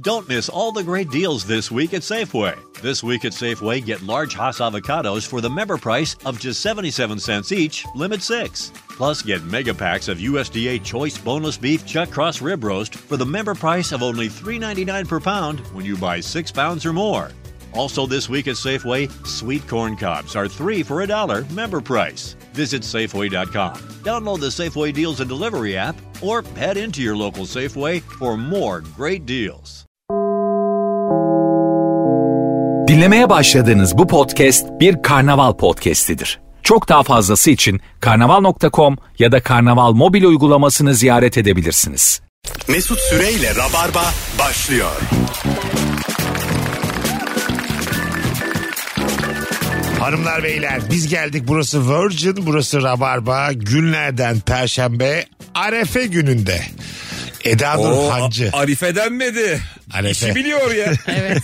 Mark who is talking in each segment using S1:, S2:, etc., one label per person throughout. S1: Don't miss all the great deals this week at Safeway. This week at Safeway, get large Hass avocados for the member price of just 77 cents each, limit six. Plus, get mega packs of USDA Choice Boneless Beef Chuck Cross Rib Roast for the member price of only $3.99 per pound when you buy six pounds or more. Also, this week at Safeway, sweet corn cobs are three for a dollar member price. Visit Safeway.com, download the Safeway Deals and Delivery app, or head into your local Safeway for more great deals.
S2: Dinlemeye başladığınız bu podcast bir karnaval podcastidir. Çok daha fazlası için karnaval.com ya da karnaval mobil uygulamasını ziyaret edebilirsiniz.
S3: Mesut Süreyle Rabarba başlıyor.
S4: Hanımlar beyler biz geldik burası Virgin burası Rabarba günlerden Perşembe Arefe gününde. Eda Nur
S5: Oo,
S4: Hancı.
S5: A- Arife denmedi.
S4: Arefe.
S5: İşi biliyor ya.
S6: Evet.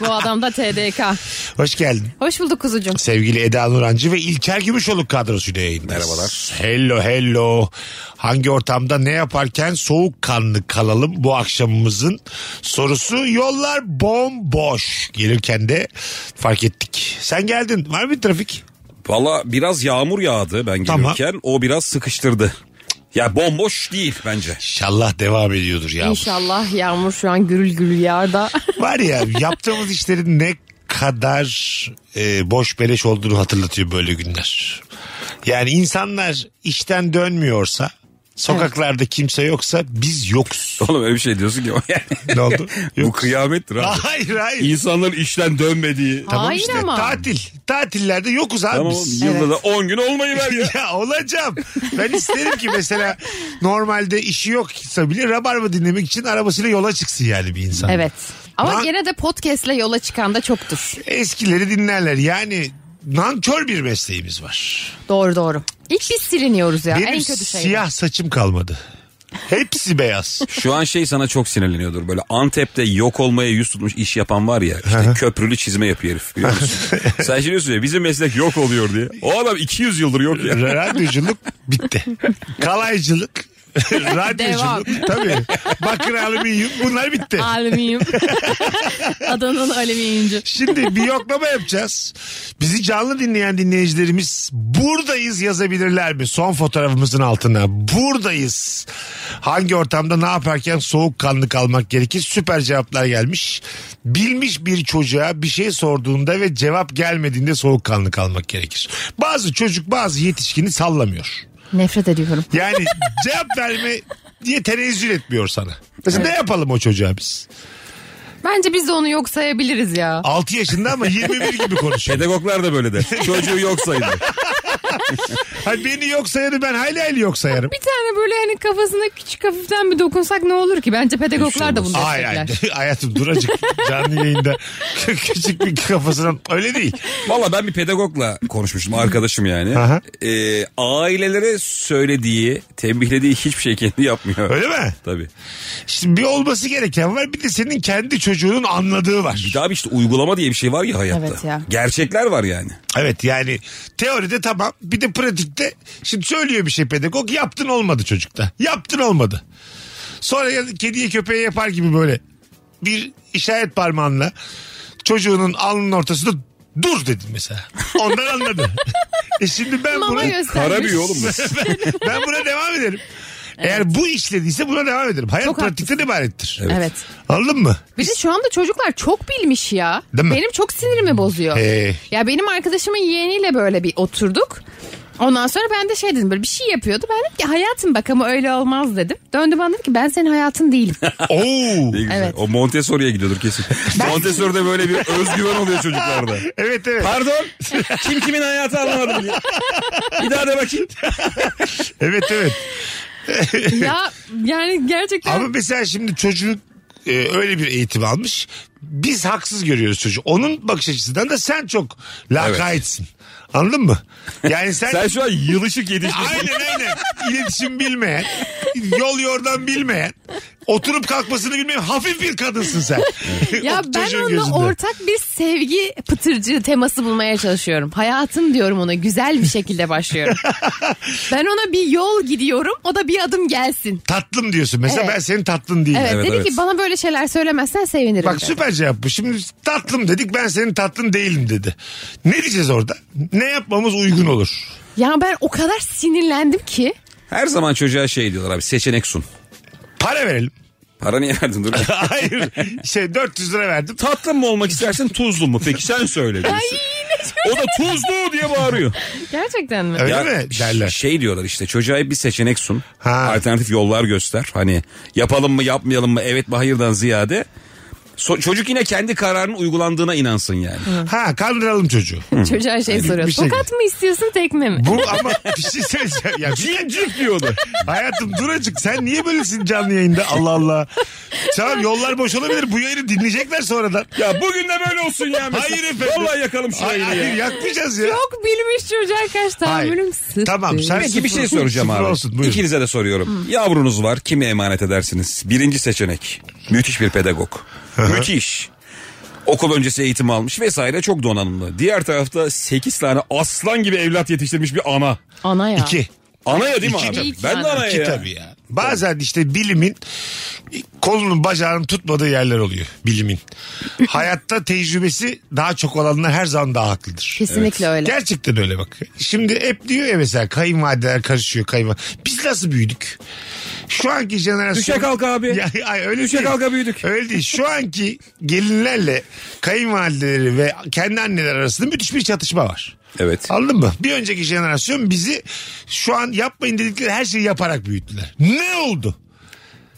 S6: Bu adam da TDK.
S4: Hoş geldin.
S6: Hoş bulduk kuzucum.
S4: Sevgili Eda Nur Hancı ve İlker Gümüşoluk kadrosuyla yayındayız.
S5: Merhabalar.
S4: Hello hello. Hangi ortamda ne yaparken soğukkanlı kalalım bu akşamımızın sorusu. Yollar bomboş. Gelirken de fark ettik. Sen geldin. Var mı bir trafik?
S5: Valla biraz yağmur yağdı ben
S4: Tamam.
S5: gelirken. O biraz sıkıştırdı. Ya bomboş değil bence.
S4: İnşallah devam ediyordur ya.
S6: İnşallah yağmur şu an gürül gürül yağda.
S4: Var ya yaptığımız işlerin ne kadar e, boş beleş olduğunu hatırlatıyor böyle günler. Yani insanlar işten dönmüyorsa, sokaklarda kimse yoksa biz yokuz.
S5: Oğlum öyle bir şey diyorsun ki.
S4: Ne oldu?
S5: Bu
S4: Yokuz.
S5: kıyamettir abi.
S4: Hayır hayır.
S5: Ah. İnsanların işten dönmediği.
S4: Tamam
S6: Hayır
S4: işte
S6: ama.
S4: tatil. Tatillerde yokuz abi
S5: Tamam oğlum,
S4: biz.
S5: yılda da 10 gün olmayı ver ya.
S4: Ya olacağım. Ben isterim ki mesela normalde işi yoksa bile rabarba dinlemek için arabasıyla yola çıksın yani bir insan.
S6: evet.
S4: Lan-
S6: Ama gene de podcast'le yola çıkan da çoktur.
S4: Eskileri dinlerler yani nankör bir mesleğimiz var.
S6: Doğru doğru. İlk biz siliniyoruz ya.
S4: Benim
S6: en kötü şey.
S4: siyah saçım kalmadı. Hepsi beyaz.
S5: Şu an şey sana çok sinirleniyordur. Böyle Antep'te yok olmaya yüz tutmuş iş yapan var ya. İşte köprülü çizme yapıyor herif biliyor musun? Sen şey diyorsun ya bizim meslek yok oluyor diye. O adam 200 yıldır yok ya.
S4: Radyoculuk bitti. Kalaycılık. Radyoculuk.
S6: Devam.
S4: Tabii. Bakır alüminyum bunlar bitti.
S6: Alüminyum. Adanın alüminyumcu.
S4: Şimdi bir yoklama yapacağız. Bizi canlı dinleyen dinleyicilerimiz buradayız yazabilirler mi? Son fotoğrafımızın altına. Buradayız. Hangi ortamda ne yaparken soğukkanlı kalmak gerekir? Süper cevaplar gelmiş. Bilmiş bir çocuğa bir şey sorduğunda ve cevap gelmediğinde soğukkanlı kalmak gerekir. Bazı çocuk bazı yetişkini sallamıyor.
S6: Nefret ediyorum.
S4: Yani cevap verme diye tenezzül etmiyor sana. Mesela ne yapalım o çocuğa biz?
S6: Bence biz de onu yok sayabiliriz ya.
S4: 6 yaşında ama 21 gibi konuşuyor.
S5: Pedagoglar da böyle der. Çocuğu yok sayılır.
S4: Hayır beni yok sayarım ben hayli hayli yok sayarım.
S6: Bir tane böyle hani kafasına küçük hafiften bir dokunsak ne olur ki? Bence pedagoglar da bunu
S4: Ay ay
S6: destekler.
S4: hayatım duracık canlı yayında küçük bir kafasına öyle değil.
S5: Valla ben bir pedagogla konuşmuştum arkadaşım yani.
S4: Aha.
S5: Ee, ailelere söylediği, tembihlediği hiçbir şey kendi yapmıyor.
S4: Öyle mi?
S5: Tabii.
S4: Şimdi bir olması gereken var bir de senin kendi çocuğunun anladığı var.
S5: Bir daha bir işte uygulama diye bir şey var ya hayatta.
S6: Evet ya.
S5: Gerçekler var yani.
S4: Evet yani teoride tamam bir de pratikte şimdi söylüyor bir şey pedagog yaptın olmadı çocukta yaptın olmadı. Sonra ya- kediye köpeğe yapar gibi böyle bir işaret parmağınla çocuğunun alnının ortasında dur dedin mesela. Ondan anladı. e şimdi ben bunu...
S6: Mama göstermiş.
S5: Kara bir oğlum bu.
S4: ben, ben buna devam ederim. Eğer bu işlediyse buna devam ederim. Hayat
S6: Çok
S4: pratikten ibarettir.
S6: Evet.
S4: Anladın mı?
S6: Bir de şu anda çocuklar çok bilmiş ya.
S4: Değil mi?
S6: Benim çok sinirimi bozuyor.
S4: Ee.
S6: Ya benim arkadaşımın yeğeniyle böyle bir oturduk. Ondan sonra ben de şey dedim böyle bir şey yapıyordu. Ben dedim ki hayatım bak ama öyle olmaz dedim. Döndü bana dedi ki ben senin hayatın değilim.
S4: Oo.
S5: Ne güzel.
S6: Evet.
S5: O Montessori'ye gidiyordur kesin. Montessori'de böyle bir özgüven oluyor çocuklarda.
S4: evet evet.
S5: Pardon. Kim kimin hayatı anlamadım diye. Bir daha da bakayım.
S4: Evet evet.
S6: ya yani gerçekten
S4: Ama mesela şimdi çocuk e, öyle bir eğitim almış. Biz haksız görüyoruz çocuğu. Onun bakış açısından da sen çok lakaytsin. Anladın mı? Yani sen,
S5: Sen şu an yılışık yetişmişsin.
S4: aynen aynen iletişim bilmeyen, yol yordan bilmeyen, Oturup kalkmasını bilmeyen hafif bir kadınsın sen.
S6: Ya
S4: O
S6: ben
S4: çocuğun
S6: onunla
S4: gözünde.
S6: ortak bir sevgi pıtırcı teması bulmaya çalışıyorum. Hayatım diyorum ona güzel bir şekilde başlıyorum. ben ona bir yol gidiyorum o da bir adım gelsin.
S4: Tatlım diyorsun. Mesela
S6: Evet.
S4: ben senin tatlın değilim.
S6: Evet,
S5: Evet,
S6: dedi
S5: evet.
S6: ki bana böyle şeyler söylemezsen sevinirim.
S4: Bak
S6: dedi.
S4: süper cevap bu. Şimdi tatlım dedik ben senin tatlın değilim dedi. Ne diyeceğiz orada? Ne yapmamız uygun olur?
S6: Ya ben o kadar sinirlendim ki.
S5: Her zaman çocuğa şey diyorlar abi seçenek sun.
S4: Para verelim.
S5: Para niye verdin dur.
S4: Hayır. Şey 400 lira verdim.
S5: Tatlı mı olmak istersin tuzlu mu? Peki sen söyle. birisi. o da tuzlu diye bağırıyor.
S6: Gerçekten mi?
S4: Öyle
S5: Ya
S4: mi
S5: ş-
S4: derler?
S5: Şey diyorlar işte çocuğa hep bir seçenek sun.
S4: Ha.
S5: Alternatif yollar göster. Hani yapalım mı yapmayalım mı evet mi hayırdan ziyade. So- çocuk yine kendi kararının uygulandığına inansın yani.
S4: Ha kandıralım çocuğu.
S6: Çocuğa şey soruyor.
S4: bir şey-
S6: Tokat mı istiyorsun tekme mi?
S4: Bu ama bir şey söyleyeceğim. Ya,
S5: Cincik diyordu.
S4: hayatım duracık sen niye böylesin canlı yayında Allah Allah. Tamam yollar boş olabilir bu yayını dinleyecekler sonradan.
S5: ya bugün de böyle olsun ya. mesela.
S4: Hayır efendim.
S5: Vallahi yakalım şu
S4: Hayır,
S5: yayını
S4: hayır
S5: Şey ya.
S4: yakmayacağız ya.
S6: Çok bilmiş çocuğa karşı
S4: Hayır.
S6: tahammülüm sıfır.
S4: Tamam sen
S5: Peki bir şey
S4: sıfır-
S5: soracağım
S4: sıfır
S5: abi.
S4: Olsun, buyurun.
S5: İkinize de soruyorum. Yavrunuz var. Kime emanet edersiniz? Birinci seçenek. Müthiş bir pedagog. Müthiş. Okul öncesi eğitim almış vesaire çok donanımlı. Diğer tarafta 8 tane aslan gibi evlat yetiştirmiş bir ana.
S6: Ana ya.
S4: İki.
S5: Ana ya değil mi
S4: İki
S5: abi?
S6: tabii.
S5: Ben de ana
S4: Ki
S5: ya.
S4: tabii ya. Bazen işte bilimin kolunun bacağının tutmadığı yerler oluyor bilimin. Hayatta tecrübesi daha çok olanlar her zaman daha haklıdır.
S6: Kesinlikle öyle.
S4: Gerçekten öyle bak. Şimdi hep diyor ya mesela kayınvalideler karışıyor kayınvalide. Biz nasıl büyüdük? Şu anki jenerasyon...
S5: Düşe kalk abi.
S4: Ya, ay, öyle
S5: Düşe
S4: değil.
S5: kalka büyüdük.
S4: Öyle değil. Şu anki gelinlerle kayınvalideleri ve kendi anneler arasında müthiş bir çatışma var.
S5: Evet.
S4: Anladın mı? Bir önceki jenerasyon bizi şu an yapmayın dedikleri her şeyi yaparak büyüttüler. Ne oldu?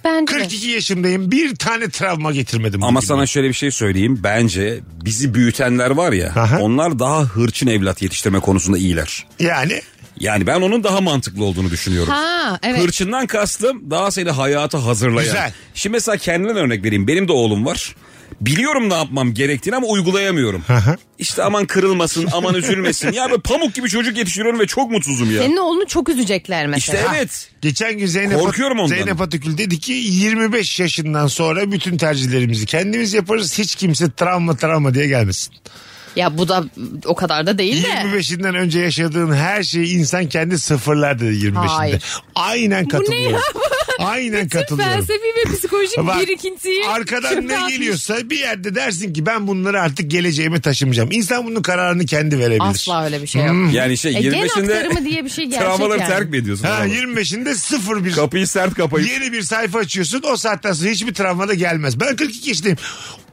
S6: Bence de.
S4: 42 yaşındayım. Bir tane travma getirmedim.
S5: Ama
S4: bugüne.
S5: sana şöyle bir şey söyleyeyim. Bence bizi büyütenler var ya
S4: Aha.
S5: onlar daha hırçın evlat yetiştirme konusunda iyiler.
S4: Yani
S5: Yani ben onun daha mantıklı olduğunu düşünüyorum.
S6: Ha evet.
S5: Hırçından kastım daha seni hayata hazırlayan.
S4: Güzel.
S5: Şimdi mesela kendimden örnek vereyim. Benim de oğlum var. Biliyorum ne yapmam gerektiğini ama uygulayamıyorum. işte aman kırılmasın, aman üzülmesin. ya ben pamuk gibi çocuk yetiştiriyorum ve çok mutsuzum ya.
S6: Senin oğlunu çok üzecekler mesela.
S5: İşte evet.
S4: geçen gün Zeynep,
S5: Korkuyorum ondan.
S4: Zeynep Atakül dedi ki 25 yaşından sonra bütün tercihlerimizi kendimiz yaparız. Hiç kimse travma travma diye gelmesin.
S6: Ya bu da o kadar da değil de.
S4: 25'inden önce yaşadığın her şeyi insan kendi sıfırlar dedi 25'inde.
S6: Hayır.
S4: Aynen katılıyorum. Aynen katılıyorum.
S6: Felsefi ve psikolojik
S4: Bak,
S6: birikintiyi
S4: Arkadan
S6: çöpe
S4: ne
S6: atmış.
S4: geliyorsa bir yerde dersin ki ben bunları artık geleceğime taşımayacağım. İnsan bunun kararını kendi verebilir.
S6: Asla öyle bir şey yok.
S4: Hmm.
S5: Yani şey
S6: E, gen
S5: 25'inde
S6: aktarımı diye bir şey gerçek
S5: travmaları
S6: yani.
S5: terk mi ediyorsun?
S4: Ha,
S5: Tamam.
S4: 25'inde sıfır bir
S5: Kapıyı sert kapayıp.
S4: yeni bir sayfa açıyorsun. O saatten sonra hiçbir travma da gelmez. Ben 42 yaşındayım.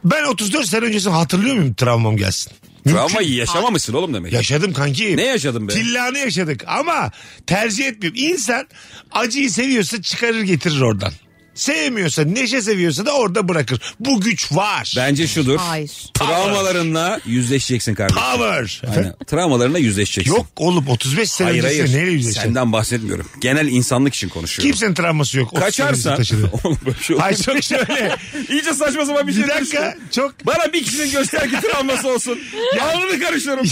S4: Ben 34 sene öncesini hatırlıyor muyum travmam gelsin?
S5: Travma yaşamamışsın oğlum demek.
S4: Yaşadım kanki.
S5: Ne yaşadın be?
S4: Tillanı yaşadık ama tercih etmiyorum. İnsan acıyı seviyorsa çıkarır getirir oradan. Sevmiyorsa neşe seviyorsa da orada bırakır. Bu güç var.
S5: Bence şudur.
S6: Hayır.
S5: Travmalarınla yüzleşeceksin kardeşim.
S4: Power.
S5: Aynen. Travmalarına yüzleşeceksin.
S4: Yok oğlum 35 sene
S5: Hayır
S4: öncesinde
S5: hayır.
S4: neyle yüzleşeceksin?
S5: Senden bahsetmiyorum. Genel insanlık için konuşuyorum.
S4: Kimsenin travması yok. 35
S5: Kaçarsan.
S4: taşıdı.
S5: Oğlum böyle şey olur.
S4: Hayır çok şöyle.
S5: İyice saçma sapan bir şey
S4: Bir dakika
S5: dönüştü.
S4: çok
S5: Bana bir kişinin göster ki travması olsun. Alnını karışıyorum.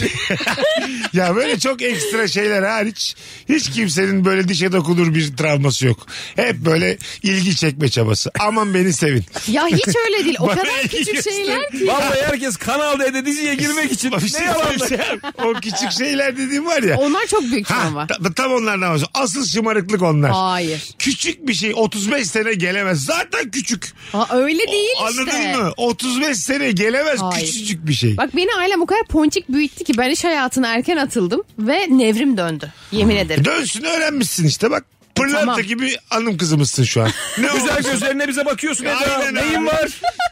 S4: ya böyle çok ekstra şeyler hariç hiç kimsenin böyle dişe dokunur bir travması yok. Hep böyle ilgi çekme çabası. Aman beni sevin.
S6: Ya hiç öyle değil. O
S4: Bana
S6: kadar küçük
S4: göster.
S6: şeyler ki.
S5: Vallahi herkes Kanal D'de diziye girmek için.
S4: Bir
S5: ne
S4: şey
S5: yalan be.
S4: söyleyeceğim. O küçük şeyler dediğim var ya.
S6: Onlar çok büyük
S4: Ha,
S6: travma.
S4: ta- tam onlar ne olsun? Asıl şımarıklık onlar.
S6: Hayır.
S4: Küçük bir şey 35 sene gelemez. Zaten küçük.
S6: Aa, öyle değil işte.
S4: Anladın mı? 35 sene gelemez
S6: Hayır.
S4: küçücük bir şey.
S6: Bak beni ailem o kadar ponçik büyüttü ki ben iş hayatına erken atıldım ve nevrim döndü. Yemin ederim.
S4: E, Dönsün öğrenmişsin işte bak. Pırlanta
S6: Tamam.
S4: gibi hanım kızımızsın şu an. Ne
S5: Güzel
S4: olursa-
S5: gözlerine bize bakıyorsun. Eda.
S4: Aynen abi.
S5: Neyin var?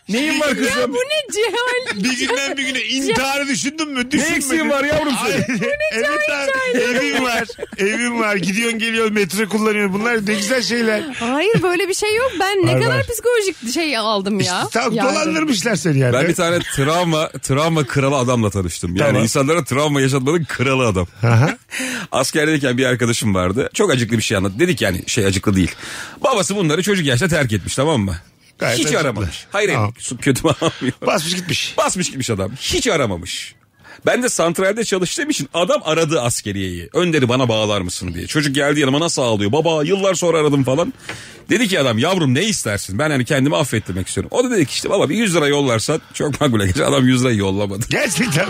S5: Neyin var
S6: ya bu
S5: kızım?
S6: ne cehal.
S4: Bir günden bir güne intiharı düşündün mü? Düşünmedin.
S5: Ne eksiğin var yavrum
S4: Ay,
S5: senin?
S4: evet abi evim var. Evim var. Gidiyorsun geliyorsun metro kullanıyorsun. Bunlar ne güzel şeyler.
S6: Hayır böyle bir şey yok. Ben ne
S4: Var,
S6: kadar
S4: var.
S6: psikolojik şey aldım ya.
S4: İşte tam
S6: Yardım.
S4: dolandırmışlar seni yani.
S5: Ben bir tane travma travma kralı adamla tanıştım. Yani
S4: Tamam.
S5: insanlara travma yaşatmanın kralı adam.
S4: Aha.
S5: Askerdeyken bir arkadaşım vardı. Çok acıklı bir şey anlattı. Dedik yani şey acıklı değil. Babası bunları çocuk yaşta terk etmiş tamam mı?
S4: Gayet
S5: Hiç
S4: acıklı.
S5: aramamış. Hayır
S4: Tamam.
S5: hayır su- kötü anlamıyor.
S4: Basmış gitmiş.
S5: Basmış gitmiş adam. Hiç aramamış. Ben de santralde çalıştığım için adam aradı askeriyeyi. Önderi bana bağlar mısın diye. Çocuk geldi yanıma nasıl ağlıyor. Baba yıllar sonra aradım falan. Dedi ki adam yavrum ne istersin? Ben hani kendimi affettirmek istiyorum. O da dedi ki işte baba bir 100 lira yollarsan çok makbule geçer. Adam 100 lirayı yollamadı.
S4: Gerçekten.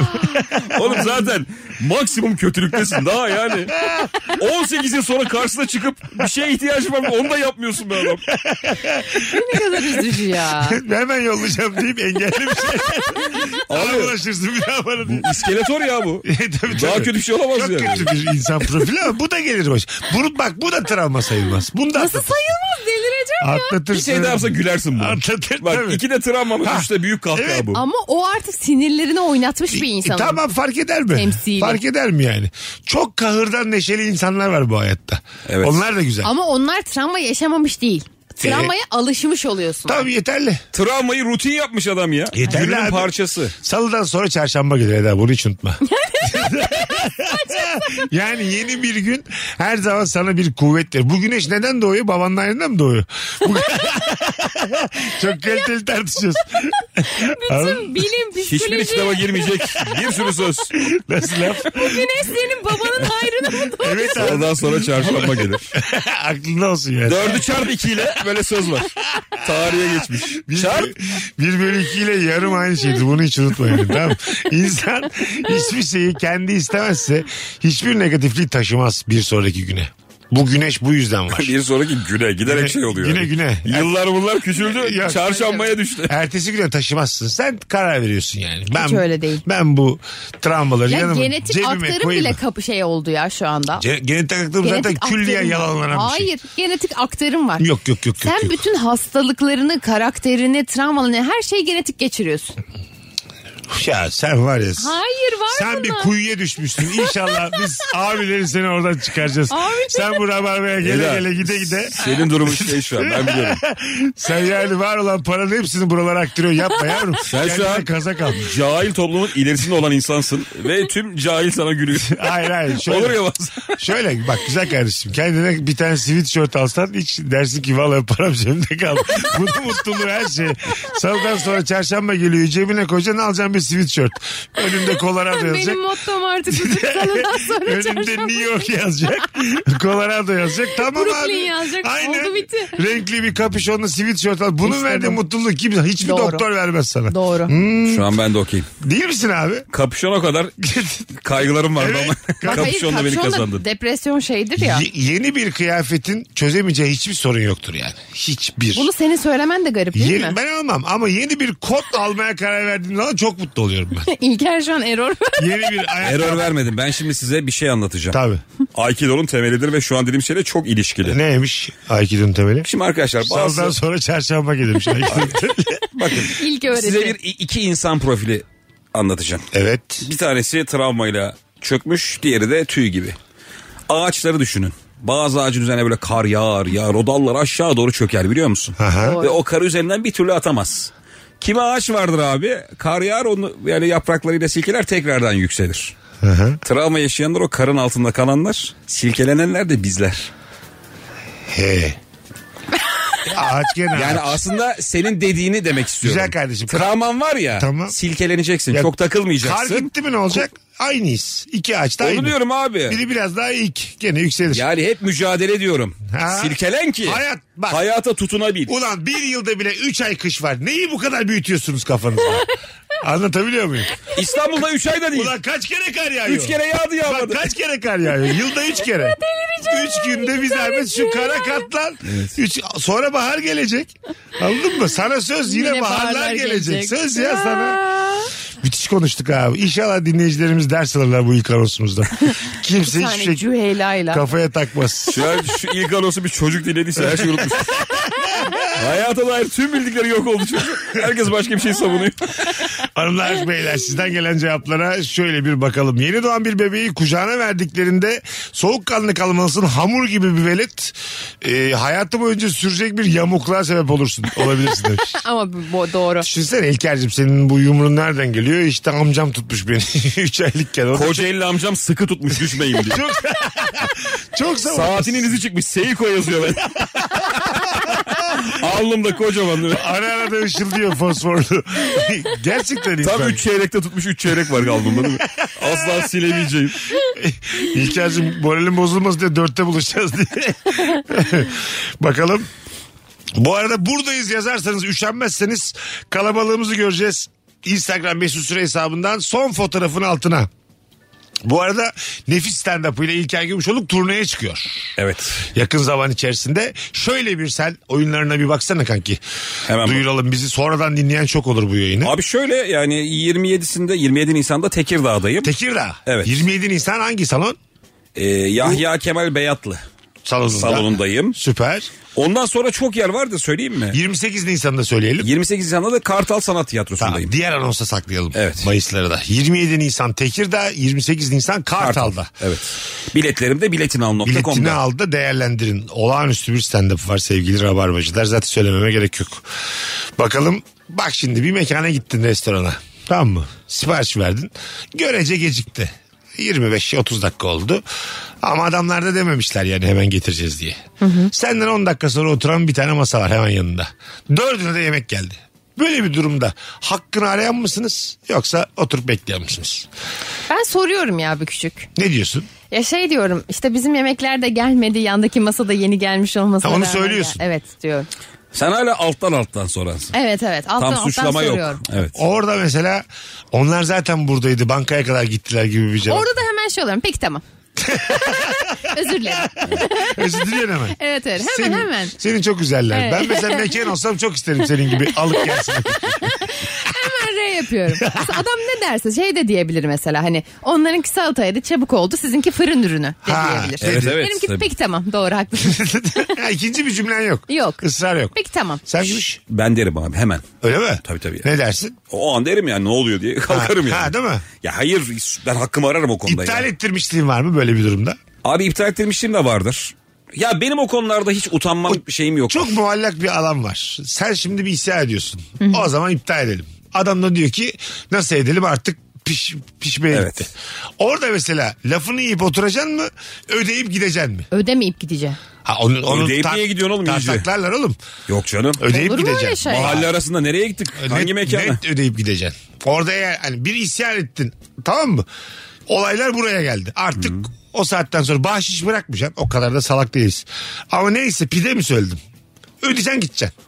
S5: Oğlum zaten maksimum kötülüktesin daha yani. 18 yıl sonra karşısına çıkıp bir şeye ihtiyacım var mı? onu da yapmıyorsun be adam.
S6: Ne kadar üzücü ya.
S4: Hemen yollayacağım deyip engellemiş. Abi
S5: Abi
S4: ulaşırsın bir daha bana diye.
S5: iskeletor ya bu.
S4: Tabii,
S5: Daha
S4: tabii.
S5: kötü bir şey olamaz
S4: Çok
S5: yani.
S4: kötü bir insan profili ama bu da gelir hoş. Bunu bak bu da travma sayılmaz. Bunu da
S6: Nasıl sayılmaz delireceğim ya.
S5: Bir şey daha yapsa gülersin bu.
S4: Anlatır
S5: Bak
S4: tabii.
S5: iki de travmamış,
S4: Ha,
S5: üçte büyük kahkaha
S4: evet.
S5: bu.
S6: Ama o artık sinirlerini oynatmış bir insan.
S4: E, tamam fark eder mi?
S6: Temsili.
S4: Fark eder mi yani? Çok kahırdan neşeli insanlar var bu hayatta.
S5: Evet.
S4: Onlar da güzel.
S6: Ama onlar travma yaşamamış değil. Travmaya
S4: E-
S6: alışmış oluyorsun.
S4: Tamam yeterli.
S5: Travmayı rutin yapmış adam ya.
S4: Yeterli
S5: Günün
S4: abi.
S5: parçası.
S4: Salıdan sonra çarşamba gelir Eda bunu hiç unutma. yani yeni bir gün her zaman sana bir kuvvettir. Bu güneş neden doğuyor? Babanın ayından mı doğuyor? Bu- Çok kaliteli tartışıyoruz.
S6: Bütün bilim,
S5: Hiçbir
S6: psikoloji,
S5: kitaba girmeyecek. Bir sürü söz.
S4: Nasıl laf?
S6: güneş senin babanın hayrına mı doğdu?
S4: Evet abi.
S5: Ondan sonra çarşamba gelir.
S4: Aklında olsun yani.
S5: Dördü çarp ikiyle böyle söz var. Tarihe geçmiş.
S4: Bir,
S5: Çarp.
S4: 1 bölü 2 ile yarım aynı şeydir. Bunu hiç unutmayın. tamam. İnsan hiçbir şeyi kendi istemezse hiçbir negatifliği taşımaz bir sonraki güne. Bu güneş bu yüzden var.
S5: Bir sonraki güne giderek
S4: Güne-
S5: şey oluyor.
S4: güne,
S5: yani.
S4: güne.
S5: Yıllar bunlar küçüldü.
S4: Ya-
S5: çarşambaya düştü.
S4: Ertesi güne taşımazsın. Sen karar veriyorsun yani. Ben,
S6: öyle değil.
S4: Ben bu travmaları
S6: Ya
S4: yanıma
S6: genetik
S4: cebime
S6: aktarım
S4: koyayım.
S6: bile kapı şey oldu ya şu anda.
S4: Ce- genetik aktarım zaten
S6: Genetik
S4: külliyen
S6: aktarım var.
S4: yalanlanan bir şey.
S6: Hayır genetik aktarım var.
S4: Yok yok yok
S6: Sen
S4: yok. yok.
S6: bütün hastalıklarını, karakterini, travmalarını her şeyi genetik geçiriyorsun.
S4: Ya sen var ya.
S6: Hayır var
S4: Sen
S6: mı?
S4: bir kuyuya düşmüşsün. İnşallah biz abileri seni oradan çıkaracağız.
S6: Abi
S4: sen bu rabarbaya gele
S5: Eda,
S4: gele gide gide.
S5: Senin durumun şey şu an ben biliyorum.
S4: Sen yani var olan paranın hepsini buralara aktırıyor. Yapma yavrum.
S5: Sen şu
S4: Kendine
S5: an-
S4: kazak al.
S5: Cahil toplumun ilerisinde olan insansın. Ve tüm cahil sana gülüyor.
S4: Hayır hayır. Şöyle,
S5: Olur ya bazen.
S4: Şöyle bak güzel kardeşim. Kendine bir tane sweatshirt alsan hiç dersin ki vallahi param cebimde kaldı. Bunun mutluluğu her şey. Salıdan sonra çarşamba geliyor. Cebine koyacaksın alacaksın bir sweatshirt. Önünde Colorado yazacak.
S6: Benim mottom artık bütün salıdan sonra
S4: Önünde
S6: çarşamba.
S4: New York yazacak. Colorado yazacak. Tamam
S6: Brooklyn
S4: abi.
S6: yazacak. Oldu bitti.
S4: Renkli bir kapüşonlu sweatshirt al. Bunun
S6: İşte
S4: verdiği
S6: bu.
S4: mutluluk kim? Hiçbir
S6: Doğru.
S4: doktor vermez sana.
S6: Doğru.
S4: Hmm.
S5: Şu an ben de okeyim.
S4: Değil misin abi?
S5: Kapüşon o kadar kaygılarım vardı
S4: Evet.
S5: ama kapüşon da beni
S6: kapşonla
S5: kazandın.
S6: Depresyon şeydir ya.
S4: Ye- yeni bir kıyafetin çözemeyeceği hiçbir sorun yoktur yani. Hiçbir.
S6: Bunu senin söylemen de garip değil
S4: Yeni-
S6: mi?
S4: ben almam ama yeni bir kot almaya karar verdiğim zaman çok mutlu oluyorum ben.
S6: İlker şu an error.
S4: Yeni bir ayak.
S5: Error vermedim. Ben şimdi size bir şey anlatacağım.
S4: Tabii.
S5: Aikido'nun temelidir ve şu an dediğim şeyle çok ilişkili.
S4: Neymiş Aikido'nun temeli?
S5: Şimdi arkadaşlar
S4: Salıdan
S5: bazı
S4: sonra çarşamba gelirmiş Aikido'nun temeli.
S5: bakın
S6: İlk öğretim.
S5: size bir i- iki insan profili anlatacağım.
S4: Evet.
S5: Bir tanesi travmayla çökmüş, diğeri de tüy gibi. Ağaçları düşünün. Bazı ağacın üzerine böyle kar yağar, yağar. O dallar aşağı doğru çöker biliyor musun?
S4: Aha.
S5: Ve o karı üzerinden bir türlü atamaz. Kimi ağaç vardır abi? Kar yağar onu yani yapraklarıyla silkeler tekrardan yükselir. Travma yaşayanlar o karın altında kalanlar, silkelenenler de bizler.
S4: He. Ağaç gene ağaç.
S5: Yani aslında senin dediğini demek istiyorum.
S4: Güzel kardeşim.
S5: Travman var ya
S4: Tamam.
S5: silkeleneceksin
S4: Ya,
S5: çok
S4: Kar
S5: takılmayacaksın.
S4: gitti mi ne olacak? Aynıyız. İki ağaç da
S5: Onu
S4: aynı.
S5: diyorum abi.
S4: Biri biraz daha ilk. Gene yükselir.
S5: Yani hep mücadele diyorum.
S4: Ha.
S5: Silkelen ki
S4: Hayat, bak.
S5: hayata tutunabil.
S4: Ulan bir yılda bile üç ay kış var. Neyi bu kadar büyütüyorsunuz kafanızda? Anlatabiliyor muyum?
S5: İstanbul'da 3 ayda değil.
S4: Ulan kaç kere kar yağıyor?
S5: 3 kere yağdı
S4: Bak
S5: yağmadı.
S4: kaç kere kar yağıyor? Yılda üç kere. üç günde bir zahmet şu kara katlan. Üç, sonra bahar gelecek. Anladın mı? Sana söz yine,
S6: Yine
S4: baharlar,
S6: baharlar
S4: gelecek.
S6: gelecek.
S4: Söz ya sana. Müthiş konuştuk abi. İnşallah dinleyicilerimiz ders alırlar bu ilk anonsumuzdan. Kimse hiçbir
S6: Bir tane
S4: şey
S6: Cüheyla'yla.
S4: kafaya takmaz.
S5: Şu, an- şu ilk anonsu bir çocuk dinlediyse her şey unutmuş. Hayata dair tüm bildikleri yok oldu çocuk. Herkes başka bir şey savunuyor.
S4: Hanımlar beyler sizden gelen cevaplara şöyle bir bakalım. Yeni doğan bir bebeği kucağına verdiklerinde soğukkanlı kalmalısın hamur gibi bir velet e, hayatı boyunca sürecek bir yamukluğa sebep olursun. Olabilirsin demiş.
S6: Ama bu- bu doğru.
S4: Düşünsene İlker'cim senin bu yumruğun nereden geliyor? İşte amcam tutmuş beni 3 aylıkken. Orada
S5: Kocaeli amcam sıkı tutmuş düşmeyeyim diye.
S4: Çok, çok savun-
S5: Saatinin izi çıkmış. Seiko yazıyor ben. Alnımda kocaman değil mi?
S4: Ara ara da ışıldıyor fosforlu. Gerçekten
S5: Tam
S4: insan.
S5: 3 çeyrekte tutmuş 3 çeyrek var kalbimde değil mi? Asla silemeyeceğim.
S4: İlker'cim moralim bozulmasın diye dörtte buluşacağız diye. Bakalım Bu arada buradayız yazarsanız üşenmezseniz kalabalığımızı göreceğiz. Instagram Mesut Süre hesabından son fotoğrafın altına. Bu arada nefis stand-up ile İlker Gümüşoluk turneye çıkıyor.
S5: Evet.
S4: Yakın zaman içerisinde şöyle bir sen oyunlarına bir baksana kanki.
S5: Hemen bak-
S4: Duyuralım bizi sonradan dinleyen çok olur bu yayını.
S5: Abi şöyle yani 27'sinde 27 Nisan'da Tekirdağ'dayım.
S4: Tekirdağ.
S5: Evet.
S4: 27 Nisan hangi salon?
S5: Ee, Yahya Kemal Beyatlı
S4: Salonunda.
S5: salonundayım.
S4: Süper.
S5: Ondan sonra çok yer var da söyleyeyim mi?
S4: 28 Nisan'da söyleyelim.
S5: 28 Nisan'da da Kartal Sanat
S4: Tamam,
S5: Tiyatrosu'ndayım.
S4: diğer anonsa saklayalım.
S5: Evet.
S4: Mayısları da. 27 Nisan Tekirdağ, 28 Nisan Kartal'da.
S5: Evet. Biletlerim de
S4: Biletini
S5: biletinal.com'da.
S4: aldı değerlendirin. Olağanüstü bir stand-up var sevgili rabarbacılar. Zaten söylememe gerek yok. Bakalım bak şimdi bir mekana gittin restorana. Tamam mı? Sipariş verdin. Görece gecikti. 25-30 dakika oldu. Ama adamlar da dememişler yani hemen getireceğiz diye. Senden 10 dakika sonra oturan bir tane masa var hemen yanında. Dördüne de yemek geldi. Böyle bir durumda hakkını arayan mısınız yoksa oturup bekleyen misiniz?
S6: Ben soruyorum ya bir küçük.
S4: Ne diyorsun?
S6: Ya şey diyorum işte bizim yemekler de gelmedi yandaki masada yeni gelmiş olmasına
S4: Ha, onu
S6: rağmen ya.
S4: söylüyorsun.
S6: Evet diyorum.
S5: Sen hala alttan alttan sorarsın.
S6: Evet evet. Alttan,
S5: Tam
S6: alttan
S5: suçlama yok.
S6: soruyorum.
S5: Evet.
S4: Orada mesela onlar zaten buradaydı bankaya kadar gittiler gibi bir cevap.
S6: Orada da hemen şey oluyorum. Peki tamam. Özür dilerim.
S4: Özür diliyorsun hemen.
S6: Evet evet hemen
S4: Senin-
S6: hemen.
S4: Senin çok güzeller.
S6: Evet.
S4: Ben mesela mekan olsam çok isterim senin gibi alıp gelsin.
S6: Hemen R yapıyorum. Mesela adam ne derse şey de diyebilir mesela hani onlarınki salataydı çabuk oldu sizinki fırın ürünü de
S4: Ha,
S6: diyebilir.
S5: evet, evet,
S6: Benimki
S5: tabii.
S6: peki tamam doğru haklısın.
S4: Ha, İkinci bir cümlen yok.
S6: Yok.
S4: Israr yok.
S6: peki tamam.
S4: Sen gümüş.
S5: Ben derim abi hemen.
S4: Öyle mi?
S5: Tabii, tabii.
S4: Ne dersin?
S5: O an derim yani ne oluyor diye kalkarım
S4: Ha,
S5: yani.
S4: ha, değil mi?
S5: Ya hayır ben hakkımı ararım o konuda.
S4: İptal
S5: yani.
S4: ettirmişliğin var mı böyle bir durumda?
S5: Abi iptal ettirmişliğim de vardır. Ya benim o konularda hiç utanmam şeyim yok.
S4: Çok muallak bir alan var. Sen şimdi bir isyan ediyorsun. O zaman iptal edelim. Adam da diyor ki nasıl edelim artık piş, pişmeye
S5: Evet.
S4: gitti. Orada mesela lafını yiyip oturacaksın mı ödeyip gideceksin mi?
S6: Ödemeyip gideceğim.
S4: Ha, onu, onu
S5: Ödeyip
S4: tar-
S5: niye gidiyorsun oğlum iyice?
S4: Tartaklarlar oğlum.
S5: Yok canım.
S4: Ödeyip
S6: Olur mu öyle
S4: gideceksin.
S6: şey?
S4: Vallahi
S5: Mahalle arasında nereye gittik? Hangi
S4: net,
S5: mekana?
S4: net ödeyip gideceksin. Orada eğer hani bir isyan ettin tamam mı? Olaylar buraya geldi. Artık o saatten sonra bahşiş bırakmayacaksın. O kadar da salak değiliz. Ama neyse pide mi söyledim? Ödeyeceksin gideceksin.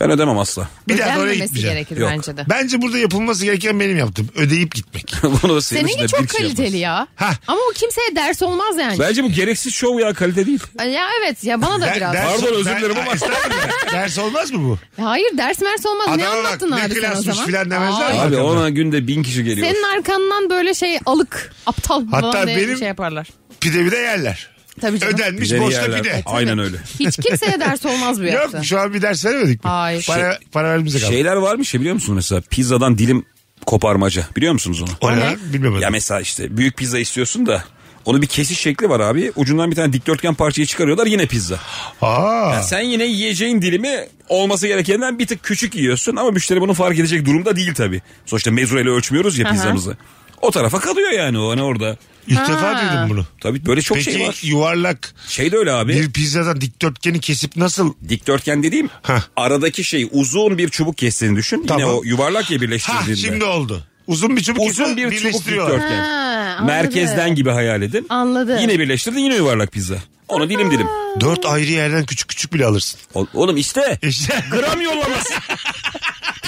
S5: Ben ödemem asla.
S4: Bir daha da oraya
S6: Ödenmemesi
S4: gitmeyeceksin.
S6: gerekir
S5: Yok.
S6: bence de.
S4: Bence burada yapılması gereken benim yaptım. Ödeyip gitmek.
S5: Bunu da senin
S6: Seninki
S5: üstüne bir
S6: çok
S5: kişi
S6: kaliteli
S5: yapar.
S6: ya.
S4: Hah.
S6: Ama o kimseye ders olmaz yani.
S5: Bence bu gereksiz şov ya kalite değil.
S6: Ya evet ya bana da
S4: Der-
S6: biraz.
S4: ders-
S5: Pardon, özür
S4: der-
S5: dilerim ama-
S4: Estağfurullah. ders olmaz mı bu?
S6: Hayır ders mers olmaz. ne
S4: Adama bak,
S6: anlattın
S4: ne
S6: abi sen o
S4: klasmış
S6: zaman?
S4: filan demezler mi?
S6: Ay,
S5: Abi
S4: Arkamda.
S5: ona günde bin kişi geliyor.
S6: Senin arkandan böyle şey alık aptal
S4: Hatta
S6: falan diye bir
S4: benim-
S6: şey yaparlar.
S4: Pide bir de yerler.
S6: Tabii canım.
S4: Ödenmiş
S5: Güzel
S4: boşta
S5: yerler.
S4: pide.
S5: Aynen öyle.
S6: Hiç kimseye ders olmaz bu
S4: Yok
S6: yaptığın.
S4: şu an bir şey ders veremedik mi?
S6: Hayır.
S4: Para,
S5: Şey,
S4: para vermemize kaldı.
S5: Şeyler varmış ya biliyor musun mesela pizzadan dilim koparmaca biliyor musunuz onu?
S4: O ne? lan? Bilmiyorum.
S5: Ya mesela işte büyük pizza istiyorsun da onu bir kesiş şekli var abi. Ucundan bir tane dikdörtgen parçayı çıkarıyorlar yine pizza.
S4: Aa.
S5: Ya sen yine yiyeceğin dilimi olması gerekenden bir tık küçük yiyorsun ama müşteri bunu fark edecek durumda değil tabii. Sonuçta mezureyle ölçmüyoruz ya
S6: Aha.
S5: pizzamızı. O tarafa kalıyor yani o hani orada.
S4: İlk
S6: Ha.
S4: defa duydum bunu.
S5: Tabii böyle çok
S4: Peki
S5: şey var.
S4: yuvarlak
S5: Şey de öyle abi.
S4: bir pizzadan dikdörtgeni kesip nasıl?
S5: Dikdörtgen dediğim
S4: Hah.
S5: aradaki şey uzun bir çubuk kestiğini düşün.
S4: Tamam.
S5: Yine o yuvarlak ya
S4: Ha
S5: birleştirdiğinde.
S4: şimdi oldu. Uzun bir çubuk
S5: Uzun
S4: kesip
S5: bir çubuk
S4: birleştiriyorlar.
S5: dikdörtgen.
S6: Ha, anladım.
S5: Merkezden gibi hayal edin.
S6: Anladım.
S5: Yine birleştirdin yine yuvarlak pizza. Onu dilim dilim.
S4: Dört ayrı yerden küçük küçük bile alırsın.
S5: Ol- Oğlum işte.
S4: İşte
S5: Gram yollamasın.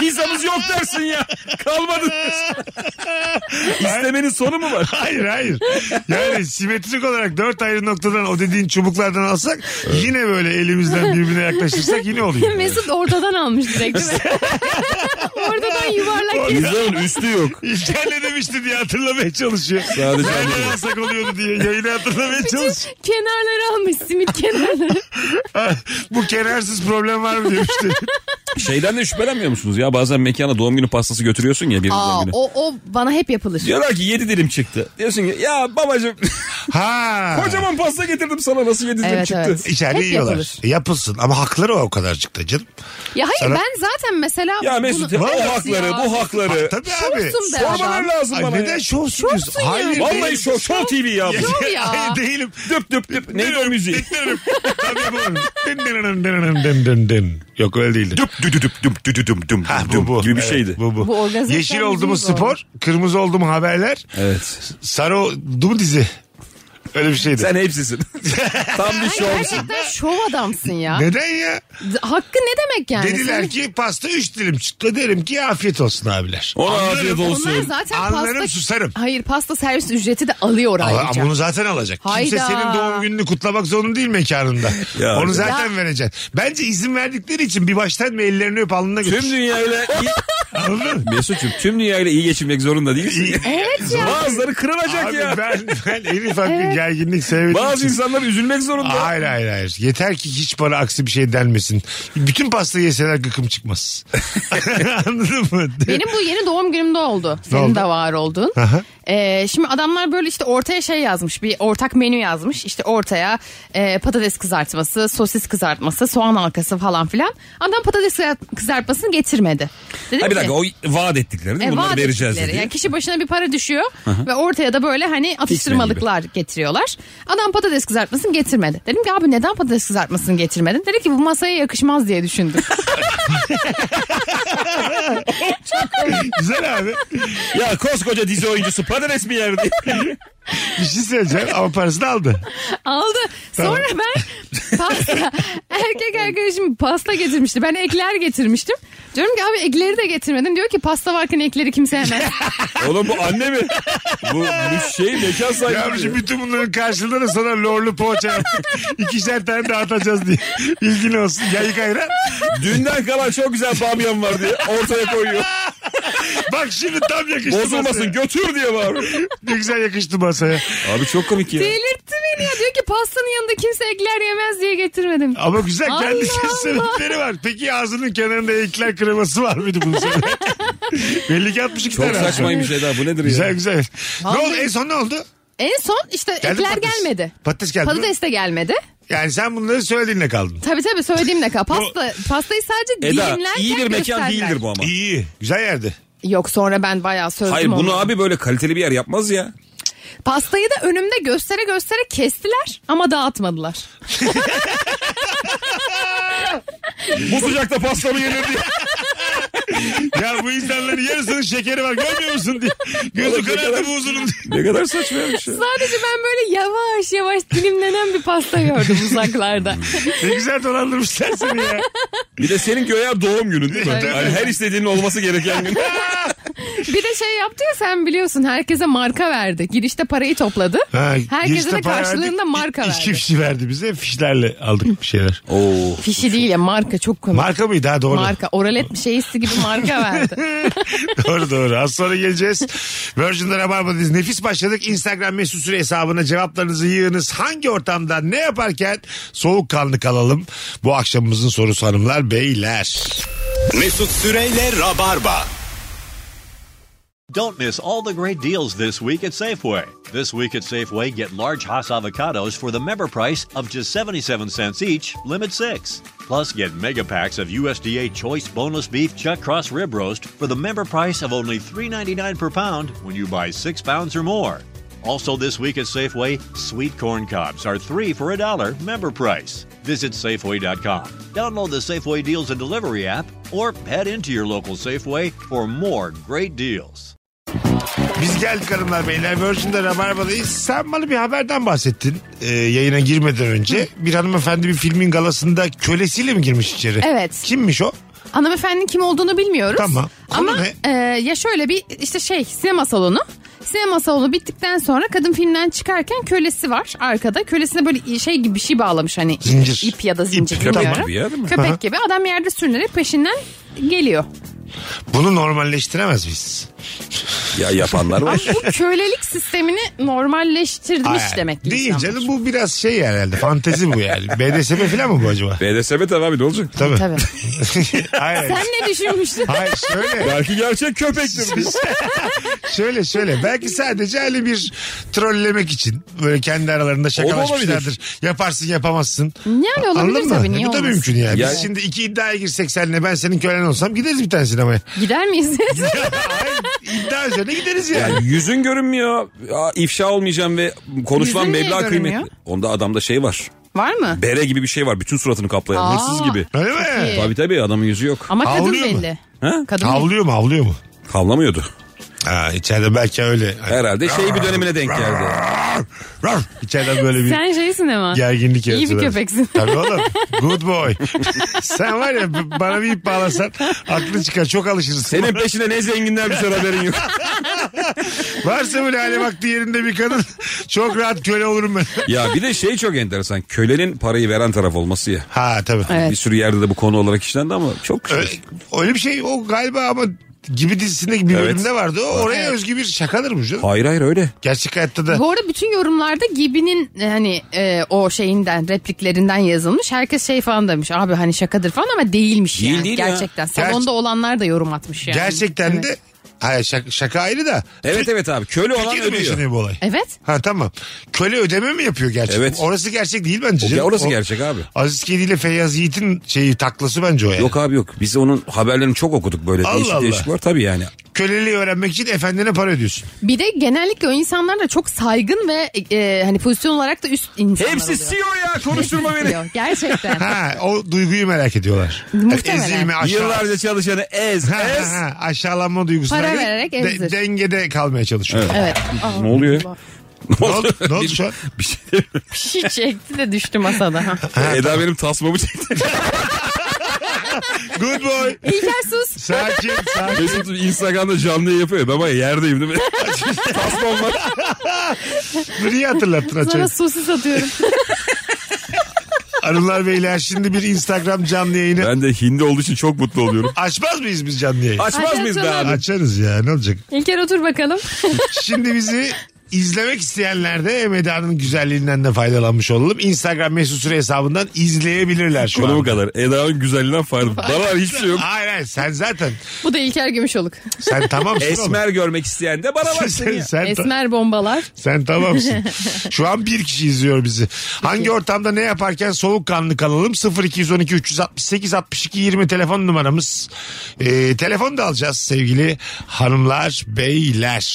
S5: Pizzamız yok dersin ya. Kalmadı. İstemenin sonu mu var?
S4: hayır hayır. Yani simetrik olarak dört ayrı noktadan o dediğin çubuklardan alsak yine böyle elimizden birbirine yaklaştırsak yine oluyor.
S6: Mesut ortadan almış direkt değil mi? ortadan yuvarlak kes.
S5: Pizzanın üstü yok.
S4: İlker ne demişti diye hatırlamaya çalışıyor.
S5: Sadece
S4: Nereden alsak oluyordu diye yayını hatırlamaya çalışıyor.
S6: Kenarları almış simit kenarları.
S4: Bu kenarsız problem var mı demişti.
S5: Şeyden de şüphelenmiyor musunuz ya? Bazen mekana doğum günü pastası götürüyorsun ya birinin
S6: Aa,
S5: doğum günü.
S6: o, o bana hep yapılır.
S5: Diyorlar ki 7 dilim çıktı. Diyorsun ki ya babacığım
S4: Ha.
S5: kocaman pasta getirdim sana nasıl 7 dilim
S6: Evet,
S5: çıktı.
S6: evet.
S4: İçeride
S6: Hep
S4: yiyorlar.
S6: yapılır.
S4: Yapılsın ama hakları o kadarcık da canım.
S6: Ya hayır
S4: Sana-
S6: ben zaten mesela...
S5: Ya Mesut
S6: bunu-
S5: ya,
S6: Evet
S5: o hakları
S6: ya.
S5: bu hakları.
S4: Tabii abi.
S6: Şovsun Ee, be
S5: Sormaları
S6: adam.
S5: lazım
S4: Ay
S5: bana
S4: neden
S5: ya.
S4: şovsun?
S6: Şovsun ya.
S4: Hayır.
S5: Vallahi
S4: değilim.
S5: şov, şov TV ya. bu.
S6: Şov ya.
S4: Hayır değilim.
S5: Düp düp düp. Neydi o müziği?
S4: Dinlerim. Tabii bu. Dın dın dın dın dın dın dın dın. Yok öyle değildi.
S5: Düp düdü düp düp düdü düm düm
S4: Ha,
S5: düm
S4: bu bu.
S5: gibi bir
S4: Evet,
S5: şeydi.
S4: bu bu.
S6: Bu organizasyon
S4: Yeşil oldu mu
S6: müziği bu.
S4: spor, kırmızı oldu mu haberler,
S5: Evet.
S4: sarı oldu mu dizi. Öyle bir şeydi.
S5: Sen hepsisin. Tam bir
S6: Ay,
S5: şovsun.
S6: gerçekten şov adamsın ya.
S4: Neden ya?
S6: Hakkı ne demek yani?
S4: Dediler ki pasta 3 dilim çıktı. Derim ki afiyet olsun abiler.
S5: Ona
S4: Anlarım.
S5: afiyet
S6: Onlar
S5: olsun.
S6: zaten
S4: Anlarım,
S6: pasta...
S4: susarım.
S6: Hayır pasta servis ücreti de alıyor
S4: Ama
S6: ayrıca.
S4: bunu zaten alacak. Kimse
S6: Hayda.
S4: senin doğum gününü kutlamak zorunda değil mekanında.
S5: Ya.
S4: Onu zaten vereceksin. Bence izin verdikleri için bir baştan mı ellerini öp alnına götür.
S5: Tüm dünyayla iyi...
S4: Anladın mı?
S5: Mesut'cum tüm dünyayla iyi geçinmek zorunda değilsin.
S6: Evet ya.
S5: Bazıları kırılacak
S4: Abi
S5: ya.
S4: ben, ben en ufak bir gerginlik sevmedim.
S5: Bazı insanlar üzülmek zorunda.
S4: Hayır hayır hayır. Yeter ki hiç bana aksi bir şey denmesin. Bütün pastayı yeseler gıkım çıkmaz. Anladın mı?
S6: Benim bu yeni doğum günümde oldu. Senin
S4: oldu?
S6: de var oldun.
S4: Aha.
S6: Ee, şimdi adamlar böyle işte ortaya şey yazmış. Bir ortak menü yazmış. İşte ortaya e, patates kızartması, sosis kızartması, soğan halkası falan filan. Adam patates kızart- kızartmasını getirmedi. Dedim
S5: Ha bir
S6: ki,
S5: dakika o vaat ettikleri değil mi?
S6: e,
S5: Bunları
S6: vaat
S5: vereceğiz
S6: ettikleri.
S5: dedi.
S6: Yani kişi başına bir para düşüyor ve ortaya da böyle hani atıştırmalıklar getiriyorlar. Adam patates kızartmasını getirmedi. Dedim ki abi neden patates kızartmasını getirmedin? Dedi ki bu masaya yakışmaz diye düşündüm.
S4: Güzel abi.
S5: Ya koskoca dizi oyuncusu patates mi yerdi?
S4: Bir şey söyleyeceğim ama parasını aldı.
S6: Aldı. Sonra ben pasta erkek arkadaşım pasta getirmişti. Ben ekler getirmiştim. Diyorum ki abi ekleri de getirmedin. Diyor ki pasta varken ekleri kimse yemez.
S5: Oğlum bu anne mi? Bu, bu şey mekan sahibi.
S4: Yavrucuğum
S5: mi?
S4: bütün bunların karşılığında da sana lorlu poğaça yaptık. İkişer tane dağıtacağız diye. İlgin olsun. Yayık ayran.
S5: Dünden kalan çok güzel bamyan var diye ortaya koyuyor.
S4: Bak şimdi tam yakıştı masaya.
S5: Bozulmasın götür diye bağırıyor.
S4: Ne güzel yakıştı masaya.
S5: Abi çok komik ya.
S6: Delirtti beni ya. Diyor ki pastanın yanında kimse ekler yemez diye getirmedim.
S4: Ama güzel kendi
S6: Allah Allah.
S4: sebepleri var. Peki ağzının kenarında ekler kreması var mıydı bunun sebebi? Belli ki 62
S5: Çok
S4: tane.
S5: saçmaymış Eda bu nedir
S4: Güzel
S5: ya?
S4: güzel. Ne
S6: Vallahi-
S4: oldu en son ne oldu?
S6: En son işte
S4: Geldi
S6: ekler
S4: patates.
S6: gelmedi.
S4: Patates geldi mi?
S6: Patates de gelmedi.
S4: Yani sen bunları söylediğinle kaldın.
S6: Tabii tabii söylediğimle kal. Pasta, pastayı sadece
S5: Eda
S6: dilimlerken
S5: iyi bir mekan
S6: gösterdiler.
S5: değildir bu ama.
S4: İyi. Güzel yerde.
S6: Yok sonra ben bayağı sözdüm
S5: Hayır bunu
S6: onu.
S5: abi böyle kaliteli bir yer yapmaz ya.
S6: Pastayı da önümde göstere göstere kestiler ama dağıtmadılar.
S5: Bu sıcakta pasta mı yenir diye.
S4: Ya bu insanların yarısının şekeri var görmüyor musun diye. Gözü
S5: Oğlum,
S4: karardı
S5: şeker-
S4: bu huzurun diye.
S5: Ne kadar saçmaymış ya. şey.
S6: Sadece ben böyle yavaş yavaş dilimlenen bir pasta gördüm uzaklarda.
S4: Ne güzel dolandırmışlar seni ya.
S5: Bir de senin göğe doğum günün değil mi?
S4: Evet.
S5: Yani her istediğinin olması gereken gün.
S6: bir de şey yaptı ya sen biliyorsun herkese marka verdi. Girişte parayı topladı. Herkese de karşılığında marka verdi.
S4: İki fişi verdi bize. Fişlerle aldık bir şeyler.
S5: Oo.
S6: Fişi değil ya marka çok komik.
S4: Marka mıydı ha doğru.
S6: Marka. Oralet bir şeysi gibi marka verdi.
S4: doğru doğru. Az sonra geleceğiz. Virgin'de Rabarba'dayız. Nefis başladık. Instagram mesut süre hesabına cevaplarınızı yığınız. Hangi ortamda ne yaparken soğukkanlı kalalım? Bu akşamımızın sorusu hanımlar beyler.
S3: Mesut Süreyle Rabarba.
S1: Don't miss all the great deals this week at Safeway. This week at Safeway, get large Hass avocados for the member price of just 77 cents each, limit six. Plus, get mega packs of USDA Choice Boneless Beef Chuck Cross Rib Roast for the member price of only $3.99 per pound when you buy six pounds or more. Also, this week at Safeway, sweet corn cobs are three for a dollar member price. Visit Safeway.com, download the Safeway Deals and Delivery app, or head into your local Safeway for more great deals.
S4: Biz geldik hanımlar beyler. Virgin'de Rabarba'dayız. Sen bana bir haberden bahsettin e, yayına girmeden önce. Bir hanımefendi bir filmin galasında kölesiyle mi girmiş içeri?
S6: Evet.
S4: Kimmiş o?
S6: Hanımefendinin kim olduğunu bilmiyoruz.
S4: Tamam. Konu
S6: Ama
S4: ne?
S6: e, ya şöyle bir işte şey sinema salonu. Sinema salonu bittikten sonra kadın filmden çıkarken kölesi var arkada. Kölesine böyle şey gibi bir şey bağlamış hani.
S4: Zincir.
S6: ip ya da zincir.
S4: İp,
S5: Köpek
S6: bilmiyorum.
S5: gibi ya değil mi?
S4: Aha.
S6: Köpek gibi adam yerde sürünerek peşinden geliyor.
S4: Bunu normalleştiremez miyiz?
S5: Ya yapanlar
S6: Ama
S5: var.
S6: bu kölelik sistemini normalleştirmiş
S4: Ay,
S6: demek ki.
S4: Değil
S6: insanlar.
S4: canım bu biraz şey herhalde. Fantezi bu yani. BDSM falan mı bu acaba?
S5: BDSM tabii abi ne olacak?
S4: Tabii.
S6: Tabii.
S4: Hayır.
S6: Sen ne düşünmüştün?
S4: Hayır şöyle.
S5: Belki gerçek köpektir. bu.
S4: şöyle şöyle. Belki sadece öyle bir trollemek için böyle kendi aralarında şakalaşmışlardır. Yaparsın yapamazsın.
S6: Yani
S4: Anladın
S6: olabilir
S4: mı? E,
S6: tabii. Niye
S4: Bu da
S6: olmasın?
S4: mümkün yani.
S5: Yani-
S4: Biz şimdi iki iddiaya girsek seninle ben senin kölen olsam gideriz bir tane sinemaya.
S6: Gider miyiz?
S4: Hayır, İddia üzerine gideriz yani.
S5: Yani yüzün görünmüyor. Aa, ifşa olmayacağım ve konuşulan
S6: Yüzün niye
S5: meblağ
S6: görünmüyor?
S5: kıymetli. Onda adamda şey var.
S6: Var mı?
S5: Bere gibi bir şey var. Bütün suratını kaplayan.
S6: Aa.
S5: Hırsız gibi.
S4: Öyle mi?
S6: iyi.
S5: Tabii tabii adamın yüzü yok.
S6: Ama kadın
S4: Havlıyor mu?
S6: belli.
S5: Ha?
S6: Kadın belli.
S4: Havlıyor mu havlıyor mu?
S5: Kavlamıyordu.
S4: Ha, içeride belki öyle.
S5: E- Herhalde şey bir dönemine denk geldi.
S4: Rav, rav. İçeriden böyle bir
S6: Sen şeysin ama.
S4: gerginlik
S6: İyi bir
S4: yaratıyorlar.
S6: köpeksin.
S4: Tabii oğlum. Good boy. Sen var ya b- bana bir ip bağlasan aklın çıkar. Çok alışırsın.
S5: Senin peşinde ne zenginler bir sürü haberin yok.
S4: Varsa böyle hale baktı yerinde bir kadın çok rahat köle olurum ben.
S5: ya bir de şey çok enteresan. Kölenin parayı veren taraf olması ya.
S4: Ha tabii.
S6: Evet.
S5: Bir sürü yerde de bu konu olarak işlendi ama çok
S4: Öyle, öyle bir şey o galiba ama gibi dizisinde bir
S5: Evet.
S4: bölümde vardı. O oraya özgü bir şakadır bu canım.
S5: Hayır hayır öyle.
S4: Gerçek hayatta da.
S6: Bu arada bütün yorumlarda Gibi'nin e, hani e, o şeyinden repliklerinden yazılmış. Herkes şey falan demiş. Abi hani şakadır falan ama değilmiş
S5: Değil,
S6: yani.
S5: değil ya.
S6: Gerçekten. Salonda olanlar da yorum atmış yani.
S4: Gerçekten
S6: Evet.
S4: de hayır şaka, şaka ayrı da.
S5: Evet evet abi köle olan
S4: Türkiye'de mi
S5: ödüyor.
S4: yaşanıyor bu olay?
S6: Evet.
S4: Ha tamam. Köle ödeme mi yapıyor gerçek?
S5: Evet.
S4: Orası gerçek değil bence.
S5: O-
S4: canım.
S5: orası
S4: O-
S5: gerçek abi.
S4: Aziz Kedi ile Feyyaz Yiğit'in şeyi taklası bence o yani.
S5: Yok abi yok. Biz onun haberlerini çok okuduk böyle.
S4: Allah
S5: değişik
S4: Allah.
S5: değişik var tabii yani.
S4: Köleliği öğrenmek için efendine para ödüyorsun.
S6: Bir de genellikle o insanlar da çok saygın ve e, hani pozisyon olarak da üst insanlar
S5: Hepsi
S6: oluyor.
S5: CEO ya konuşturma beni.
S6: Yok, Gerçekten.
S4: Ha o duyguyu merak ediyorlar.
S6: Muhtemelen.
S4: Ezilme aşağı.
S5: Yıllarca çalışanı ez
S4: Ha, ha,
S5: ez.
S4: ha, aşağılanma duygusu.
S6: Para vererek emzir.
S4: dengede kalmaya çalışıyor.
S6: evet.
S5: Ne oluyor? ya?
S4: Ne oldu, ne oldu şu an?
S5: Bir şey demiyorum.
S6: Bir şey çekti de düştü masada.
S5: Eda benim tasmamı çekti.
S4: Good boy.
S6: İlker sus.
S4: Sakin sakin.
S5: Mesut Instagram'da canlı yayın yapıyor. ya, Ben baya yerdeyim değil mi? Tasmam var.
S4: Bunu iyi hatırlattın
S6: Sana
S4: açıkçası.
S6: sosis atıyorum.
S4: Hanımlar beyler şimdi bir Instagram canlı yayını.
S5: Ben de hindi olduğu için çok mutlu oluyorum.
S4: Açmaz mıyız biz canlı yayını?
S5: Açmaz mıyız be abi?
S4: Açarız ya ne olacak?
S6: İlker otur bakalım.
S4: Şimdi bizi izlemek isteyenler de Emeda'nın güzelliğinden de faydalanmış olalım. Instagram mesut süre hesabından izleyebilirler şu
S5: Konu bu
S4: an.
S5: kadar. Eda'nın güzelliğinden faydalı. Bana var, hiçbir şey yok.
S4: Hayır hayır sen zaten
S6: Bu da İlker Gümüşoluk.
S4: sen tamamsın oğlum.
S5: Esmer görmek isteyen de bana
S4: Sen,
S5: baksın
S4: sen,
S5: ya.
S4: sen,
S6: Esmer bombalar.
S4: sen tamamsın. Şu an bir kişi izliyor bizi. Hangi ortamda ne yaparken soğukkanlı kalalım? 0212 368 62 20 telefon numaramız. Ee, telefon da alacağız sevgili hanımlar, beyler.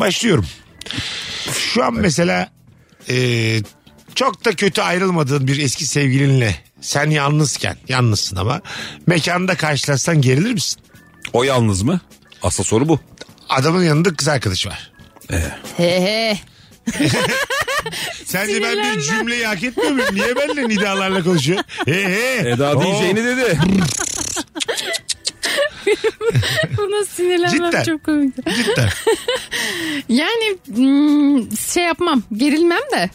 S4: Başlıyorum. Şu an mesela e, çok da kötü ayrılmadığın bir eski sevgilinle sen yalnızken yalnızsın ama mekanda karşılaşsan gerilir misin?
S5: O yalnız mı? Asıl soru bu.
S4: Adamın yanında kız arkadaşı var.
S6: He he.
S4: Sence ben bir cümleyi hak etmiyor muyum? Niye benimle nidalarla konuşuyor? He he.
S5: Eda
S4: Oo,
S5: E, diyeceğini dedi.
S6: Buna sinirlenmem
S4: Cidden.
S6: çok komik.
S4: Cidden.
S6: Yani hmm, şey yapmam. Gerilmem de.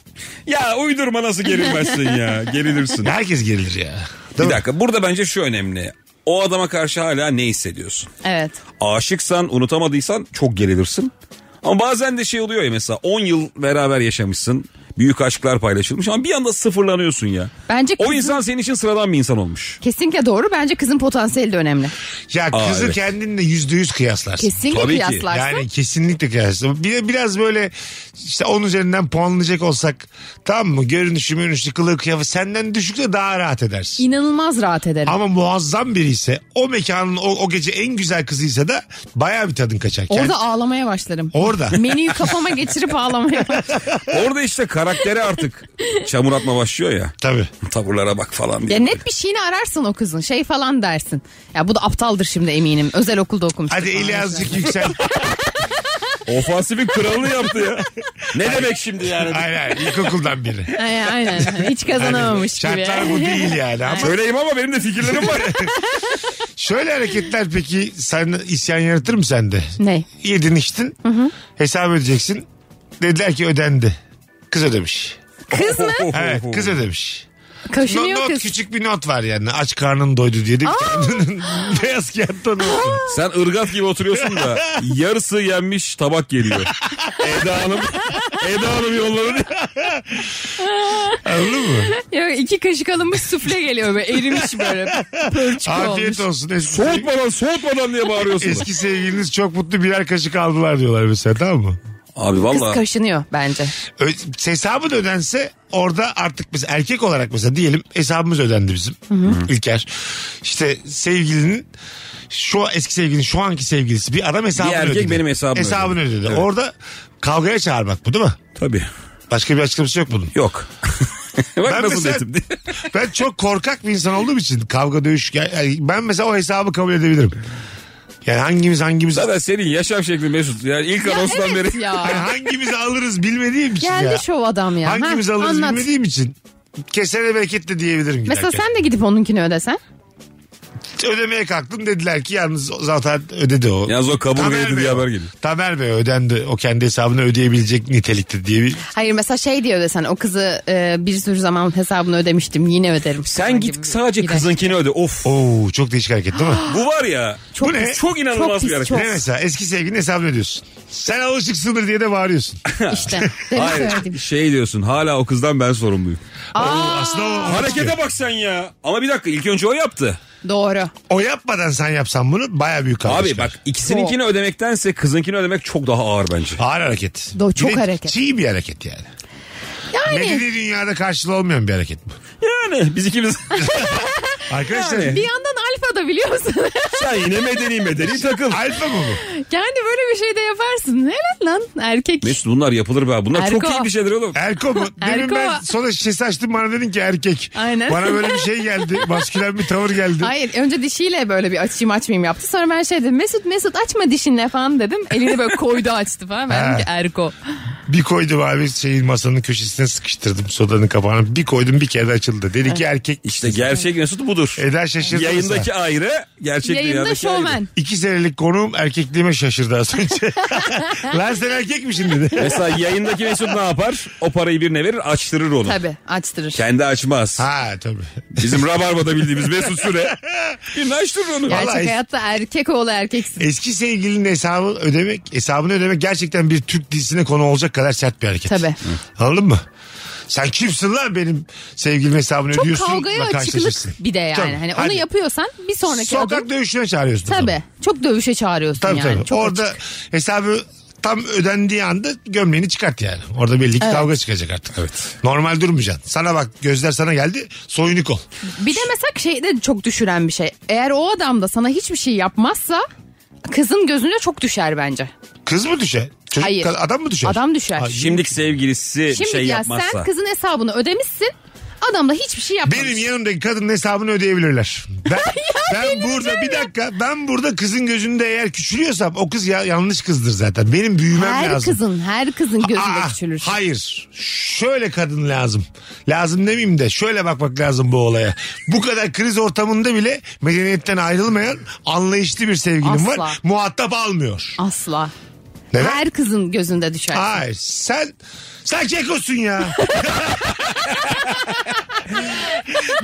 S5: Ya uydurma nasıl gerilmezsin ya. Gerilirsin.
S4: Herkes gerilir ya.
S5: Bir
S4: Değil mi?
S5: dakika burada bence şu önemli. O adama karşı hala ne hissediyorsun?
S6: Evet.
S5: Aşıksan, unutamadıysan çok gerilirsin. Ama bazen de şey oluyor ya mesela 10 yıl beraber yaşamışsın. Büyük aşklar paylaşılmış ama bir anda sıfırlanıyorsun ya.
S6: Bence
S5: O
S6: kızın-
S5: insan senin için sıradan bir insan olmuş.
S6: Kesinlikle doğru. Bence kızın potansiyeli de önemli.
S4: Ya kızı
S5: evet.
S4: kendinle yüzde yüz kıyaslarsın.
S6: Kesinlikle
S5: Tabii ki.
S6: kıyaslarsın.
S4: Yani kesinlikle kıyaslarsın. Bir de biraz böyle işte on üzerinden puanlayacak olsak tamam mı? Görünüşü, görünüşü, kılığı, kıyafet senden düşükse daha rahat edersin.
S6: İnanılmaz rahat ederim.
S4: Ama muazzam biri ise o mekanın o, o gece en güzel kızıysa da bayağı bir tadın kaçar.
S6: Orada
S4: Kendi-
S6: ağlamaya başlarım.
S4: Orada.
S6: Menüyü kafama geçirip ağlamaya başlarım.
S5: Orada işte karakteri artık çamur atma başlıyor ya.
S4: Tabii.
S5: Tavırlara bak falan
S6: Ya
S5: diye.
S6: net bir şeyini ararsın o kızın. Şey falan dersin. Ya bu da aptaldır şimdi eminim. Özel okulda okumuştur.
S4: Hadi
S6: falan.
S4: eli azıcık yüksel.
S5: Ofansifin kralını yaptı ya. Ne demek şimdi yani?
S4: hayır hayır ilkokuldan biri.
S6: Ay, Aynen. Hiç kazanamamış gibi.
S4: Şartlar bu değil yani ama
S5: Söyleyeyim ama benim de fikirlerim var.
S4: Şöyle hareketler peki sen isyan yaratır mı sende?
S6: Ne?
S4: Yedin içtin hesap ödeyeceksin. Dediler ki ödendi. Kız ödemiş.
S6: Kız mı?
S4: Evet kız ödemiş. No-
S6: Kaşınıyor
S4: not,
S6: kız.
S4: küçük bir not var yani aç karnın doydu diye de bir tane beyaz kağıttan
S5: Sen ırgat gibi oturuyorsun da yarısı yenmiş tabak geliyor. Eda Hanım, Eda Hanım yolları
S4: Anladın mı?
S6: Yok, iki kaşık alınmış sufle geliyor böyle erimiş böyle. Pörçük olmuş.
S4: Afiyet olsun. Eski,
S5: soğutmadan soğutmadan diye bağırıyorsun.
S4: eski sevgiliniz çok mutlu birer kaşık aldılar diyorlar mesela tamam mı?
S5: Abi
S6: Kız
S5: valla
S6: kaşınıyor bence.
S4: Ö- hesabı da ödense orada artık biz erkek olarak mesela diyelim hesabımız ödendi bizim İlker. İşte sevgilinin şu eski sevgilinin şu anki sevgilisi bir adam hesabını
S5: erkek
S4: ödedi.
S5: benim hesabımı
S4: hesabını ödedi.
S5: ödedi. Evet.
S4: Orada kavgaya çağırmak bu değil mi?
S5: tabii
S4: Başka bir açıklaması yok bunun.
S5: yok. Bak
S4: Ben
S5: nasıl
S4: mesela-
S5: dedim diye.
S4: Ben çok korkak bir insan olduğum için kavga dövüş yani ben mesela o hesabı kabul edebilirim. Yani hangimiz hangimiz
S5: Zaten senin yaşam şeklin Mesut. Yani ilk
S6: Ya
S5: anonstan
S6: evet
S5: beri.
S4: Yani
S6: ya.
S4: hangimiz alırız bilmediğim için ya.
S6: Geldi şov adam ya.
S4: Hangimiz
S6: Ha,
S4: alırız
S6: anlat.
S4: bilmediğim için. Kesene bereket de diyebilirim giderken.
S6: Mesela sen de gidip onunkini ödesen.
S4: Ödemeye kalktım dediler ki yalnız zaten ödedi o.
S5: Yalnız o kaburgaya
S4: Tamer
S5: dedi
S4: Bey o.
S5: haber geliyor.
S4: Tamer Bey ödendi. O kendi hesabını ödeyebilecek nitelikte diye bir...
S6: Hayır mesela şey diye ödesen o kızı e, bir sürü zaman hesabını ödemiştim yine öderim.
S5: Sen git sadece kızınkini öde. Of.
S4: Oo çok değişik hareket değil mi?
S5: Bu var ya.
S6: Çok
S4: Bu ne?
S6: pis,
S5: Çok inanılmaz
S6: pis,
S5: bir hareket.
S6: çok.
S4: Ne mesela eski sevgilinin hesabını ödüyorsun. Sen alışıksındır diye de bağırıyorsun.
S6: İşte. Demin
S5: Hayır
S6: söyledim.
S5: şey diyorsun hala o kızdan ben sorumluyum.
S4: Aslında o,
S5: Harekete bak sen ya. Ama bir dakika ilk önce o yaptı.
S6: Doğru.
S4: o yapmadan sen yapsan bunu baya büyük kavga
S5: Abi
S4: çıkar.
S5: bak
S6: Oh.
S5: ikisininkini ödemektense kızınkini ödemek çok daha ağır bence.
S4: Ağır hareket.
S6: Do- çok
S4: Bir de
S6: hareket.
S4: Çiğ bir hareket yani.
S6: Yani.
S4: Medeni dünyada karşılığı olmayan bir hareket bu.
S5: Yani biz ikimiz.
S4: Arkadaşlar
S5: Yani.
S6: Bir yandan alfa da biliyor musun?
S5: sen yine medeni medeni takıl.
S4: alfa mı bu?
S6: yani böyle bir şey de yaparsın. Helal lan erkek.
S5: Mesut bunlar yapılır be. Bunlar çok
S6: Erko.
S5: iyi bir şeyler oğlum.
S4: Erko mu? Demin
S6: Erko.
S4: ben sonra şişesi açtım bana dedin ki erkek.
S6: Aynen.
S4: Bana böyle bir şey geldi. Maskülen bir tavır geldi.
S6: Hayır önce dişiyle böyle bir açayım açmayayım yaptı. Sonra ben şey dedim Mesut Mesut açma dişinle falan dedim. Elini böyle koydu açtı falan. Ben dedim ki Erko.
S4: Bir koydum abi şeyin masanın köşesine sıkıştırdım sodanın kapağını. Bir koydum bir kere de açıldı. Dedi ki erkek.
S5: İşte gerçek Mesut budur.
S4: Eder şaşırdı.
S5: Yayındaki
S4: mesela.
S5: ayrı, gerçek
S6: Yayında
S5: dünyadaki
S4: şey
S6: şovmen.
S5: ayrı.
S4: İki senelik konuğum erkekliğime şaşırdı az önce. Lan sen erkek misin dedi.
S5: Mesela yayındaki Mesut ne yapar? O parayı birine verir, açtırır onu.
S6: Tabii açtırır.
S5: Kendi açmaz.
S4: Ha tabii.
S5: Bizim Rabarba'da bildiğimiz Mesut Süre. Birine açtırır onu.
S6: Gerçek
S4: Vallahi-
S6: hayatta erkek oğlu erkeksin.
S4: Eski sevgilinin hesabı ödemek, hesabını ödemek gerçekten bir Türk dizisine konu olacak kadar sert bir hareket.
S6: Tabii.
S4: Anladın mı? Sen kimsin lan benim sevgilim hesabını
S6: Çok
S4: ödüyorsun.
S6: kavgaya
S4: ve karşılaşırsın.
S6: açıklık bir de yani.
S4: Tabii.
S6: Hani onu
S4: Hadi.
S6: yapıyorsan bir sonraki
S4: Sokak
S6: adım.
S4: dövüşüne çağırıyorsun. o zaman.
S6: Tabii. Çok dövüşe çağırıyorsun
S4: Tabii
S6: yani.
S4: tabii.
S6: Çok
S4: Orada
S6: açık.
S4: hesabı tam ödendiği anda gömleğini çıkart yani. Orada belli ki kavga çıkacak artık. Evet. Normal durmayacaksın. Sana bak gözler sana geldi soyunuk ol.
S6: Bir de mesela şey de çok düşüren bir şey. Eğer o adam da sana hiçbir şey yapmazsa kızın gözüne çok düşer bence.
S4: Kız mı düşer? Çocuk,
S6: Hayır.
S4: Adam mı düşer?
S6: Adam düşer.
S4: Ay,
S5: Şimdiki sevgilisi
S6: Şimdi
S5: şey
S6: ya
S5: yapmazsa.
S6: sen kızın hesabını ödemişsin. Adam da hiçbir şey yapmamış.
S4: Benim yanımdaki kadının hesabını ödeyebilirler. Ben, ben burada bir dakika ben burada kızın gözünde eğer küçülüyorsam o kız ya, yanlış kızdır zaten. Benim büyümem
S6: her
S4: lazım.
S6: kızın, her kızın gözünde
S4: Aa,
S6: küçülür.
S4: Hayır. Şöyle kadın lazım. Lazım demeyeyim de şöyle bakmak lazım bu olaya. Bu kadar kriz ortamında bile medeniyetten ayrılmayan anlayışlı bir sevgilim
S6: Asla.
S4: var. Muhatap almıyor.
S6: Asla.
S4: Neden?
S6: Her kızın gözünde düşer.
S4: Hayır. Sen sen kekosun ya.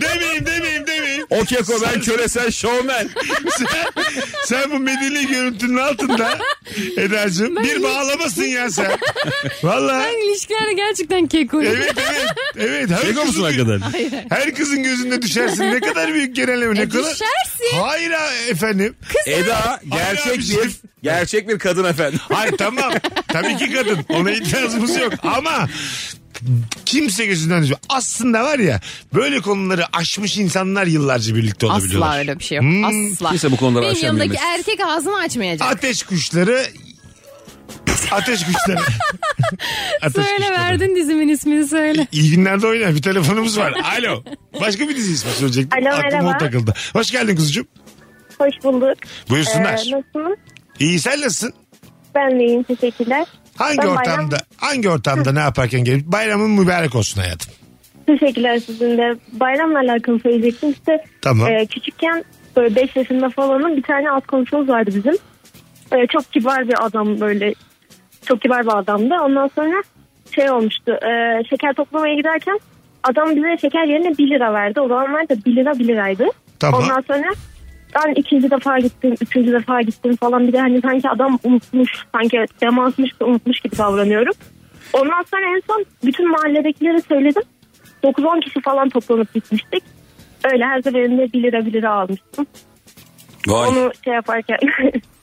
S4: demeyeyim demeyeyim demeyeyim.
S5: O keko ben köle sen şovmen.
S4: sen, sen bu medeni görüntünün altında Eda'cığım bir bağlamasın ya sen. Vallahi.
S6: Ben ilişkilerde gerçekten kekoyum.
S4: Evet evet. Evet. Her
S5: Keko
S4: kızın-
S5: musun hakikaten?
S4: Her kızın gözünde düşersin. Ne kadar büyük genelleme ne
S6: E,
S4: kadar.
S6: düşersin.
S4: Hayır ha, efendim.
S5: Eda
S4: Ay,
S5: gerçek
S4: abiciğim.
S5: bir gerçek bir kadın efendim.
S4: Hayır tamam. Tabii ki kadın. Ona itirazımız yok. Ama kimse gözünden düşmüyor. Aslında var ya böyle konuları aşmış insanlar yıllarca birlikte olabiliyorlar.
S6: Asla öyle bir şey yok.
S4: Hmm.
S6: Asla.
S5: Kimse bu konuları
S6: Benim
S5: aşamıyor
S6: yanımdaki erkek ağzını açmayacak.
S4: Ateş kuşları Ateş kuşları. Ateş
S6: söyle
S4: kuşları.
S6: verdin dizimin ismini söyle.
S4: İyi günlerde oynayan bir telefonumuz var. Alo. Başka bir dizi ismi söyleyecektim.
S7: Alo,
S4: Aklıma o
S7: merhaba.
S4: takıldı. Hoş geldin kuzucuğum.
S7: Hoş bulduk. Ee,
S4: Buyursunlar.
S7: nasılsınız?
S4: İyi sen nasılsın?
S7: Ben de iyiyim teşekkürler.
S4: Hangi
S7: Ben bayram-
S4: ortamda hangi ortamda ne yaparken gelip bayramın mübarek olsun hayatım.
S7: Teşekkürler sizin de. Bayramla alakalı söyleyecektim. İşte
S4: Tamam.
S7: e, küçükken böyle 5 yaşında falanın bir tane alt komşumuz vardı bizim. E, çok kibar bir adam böyle. Çok kibar bir adamdı. Ondan sonra şey olmuştu. e, şeker toplamaya giderken adam bize şeker yerine 1 lira verdi. O zamanlar da 1 lira 1 liraydı.
S4: Tamam.
S7: Ondan sonra ben ikinci defa gittim, üçüncü defa gittim falan. Bir de hani sanki adam unutmuş, sanki demansmış da unutmuş gibi davranıyorum. Ondan sonra en son bütün mahalledekilere söyledim. 9-10 kişi falan toplanıp gitmiştik. Öyle her seferinde 1 lira 1 lira almıştım.
S5: Vay.
S7: Onu şey yaparken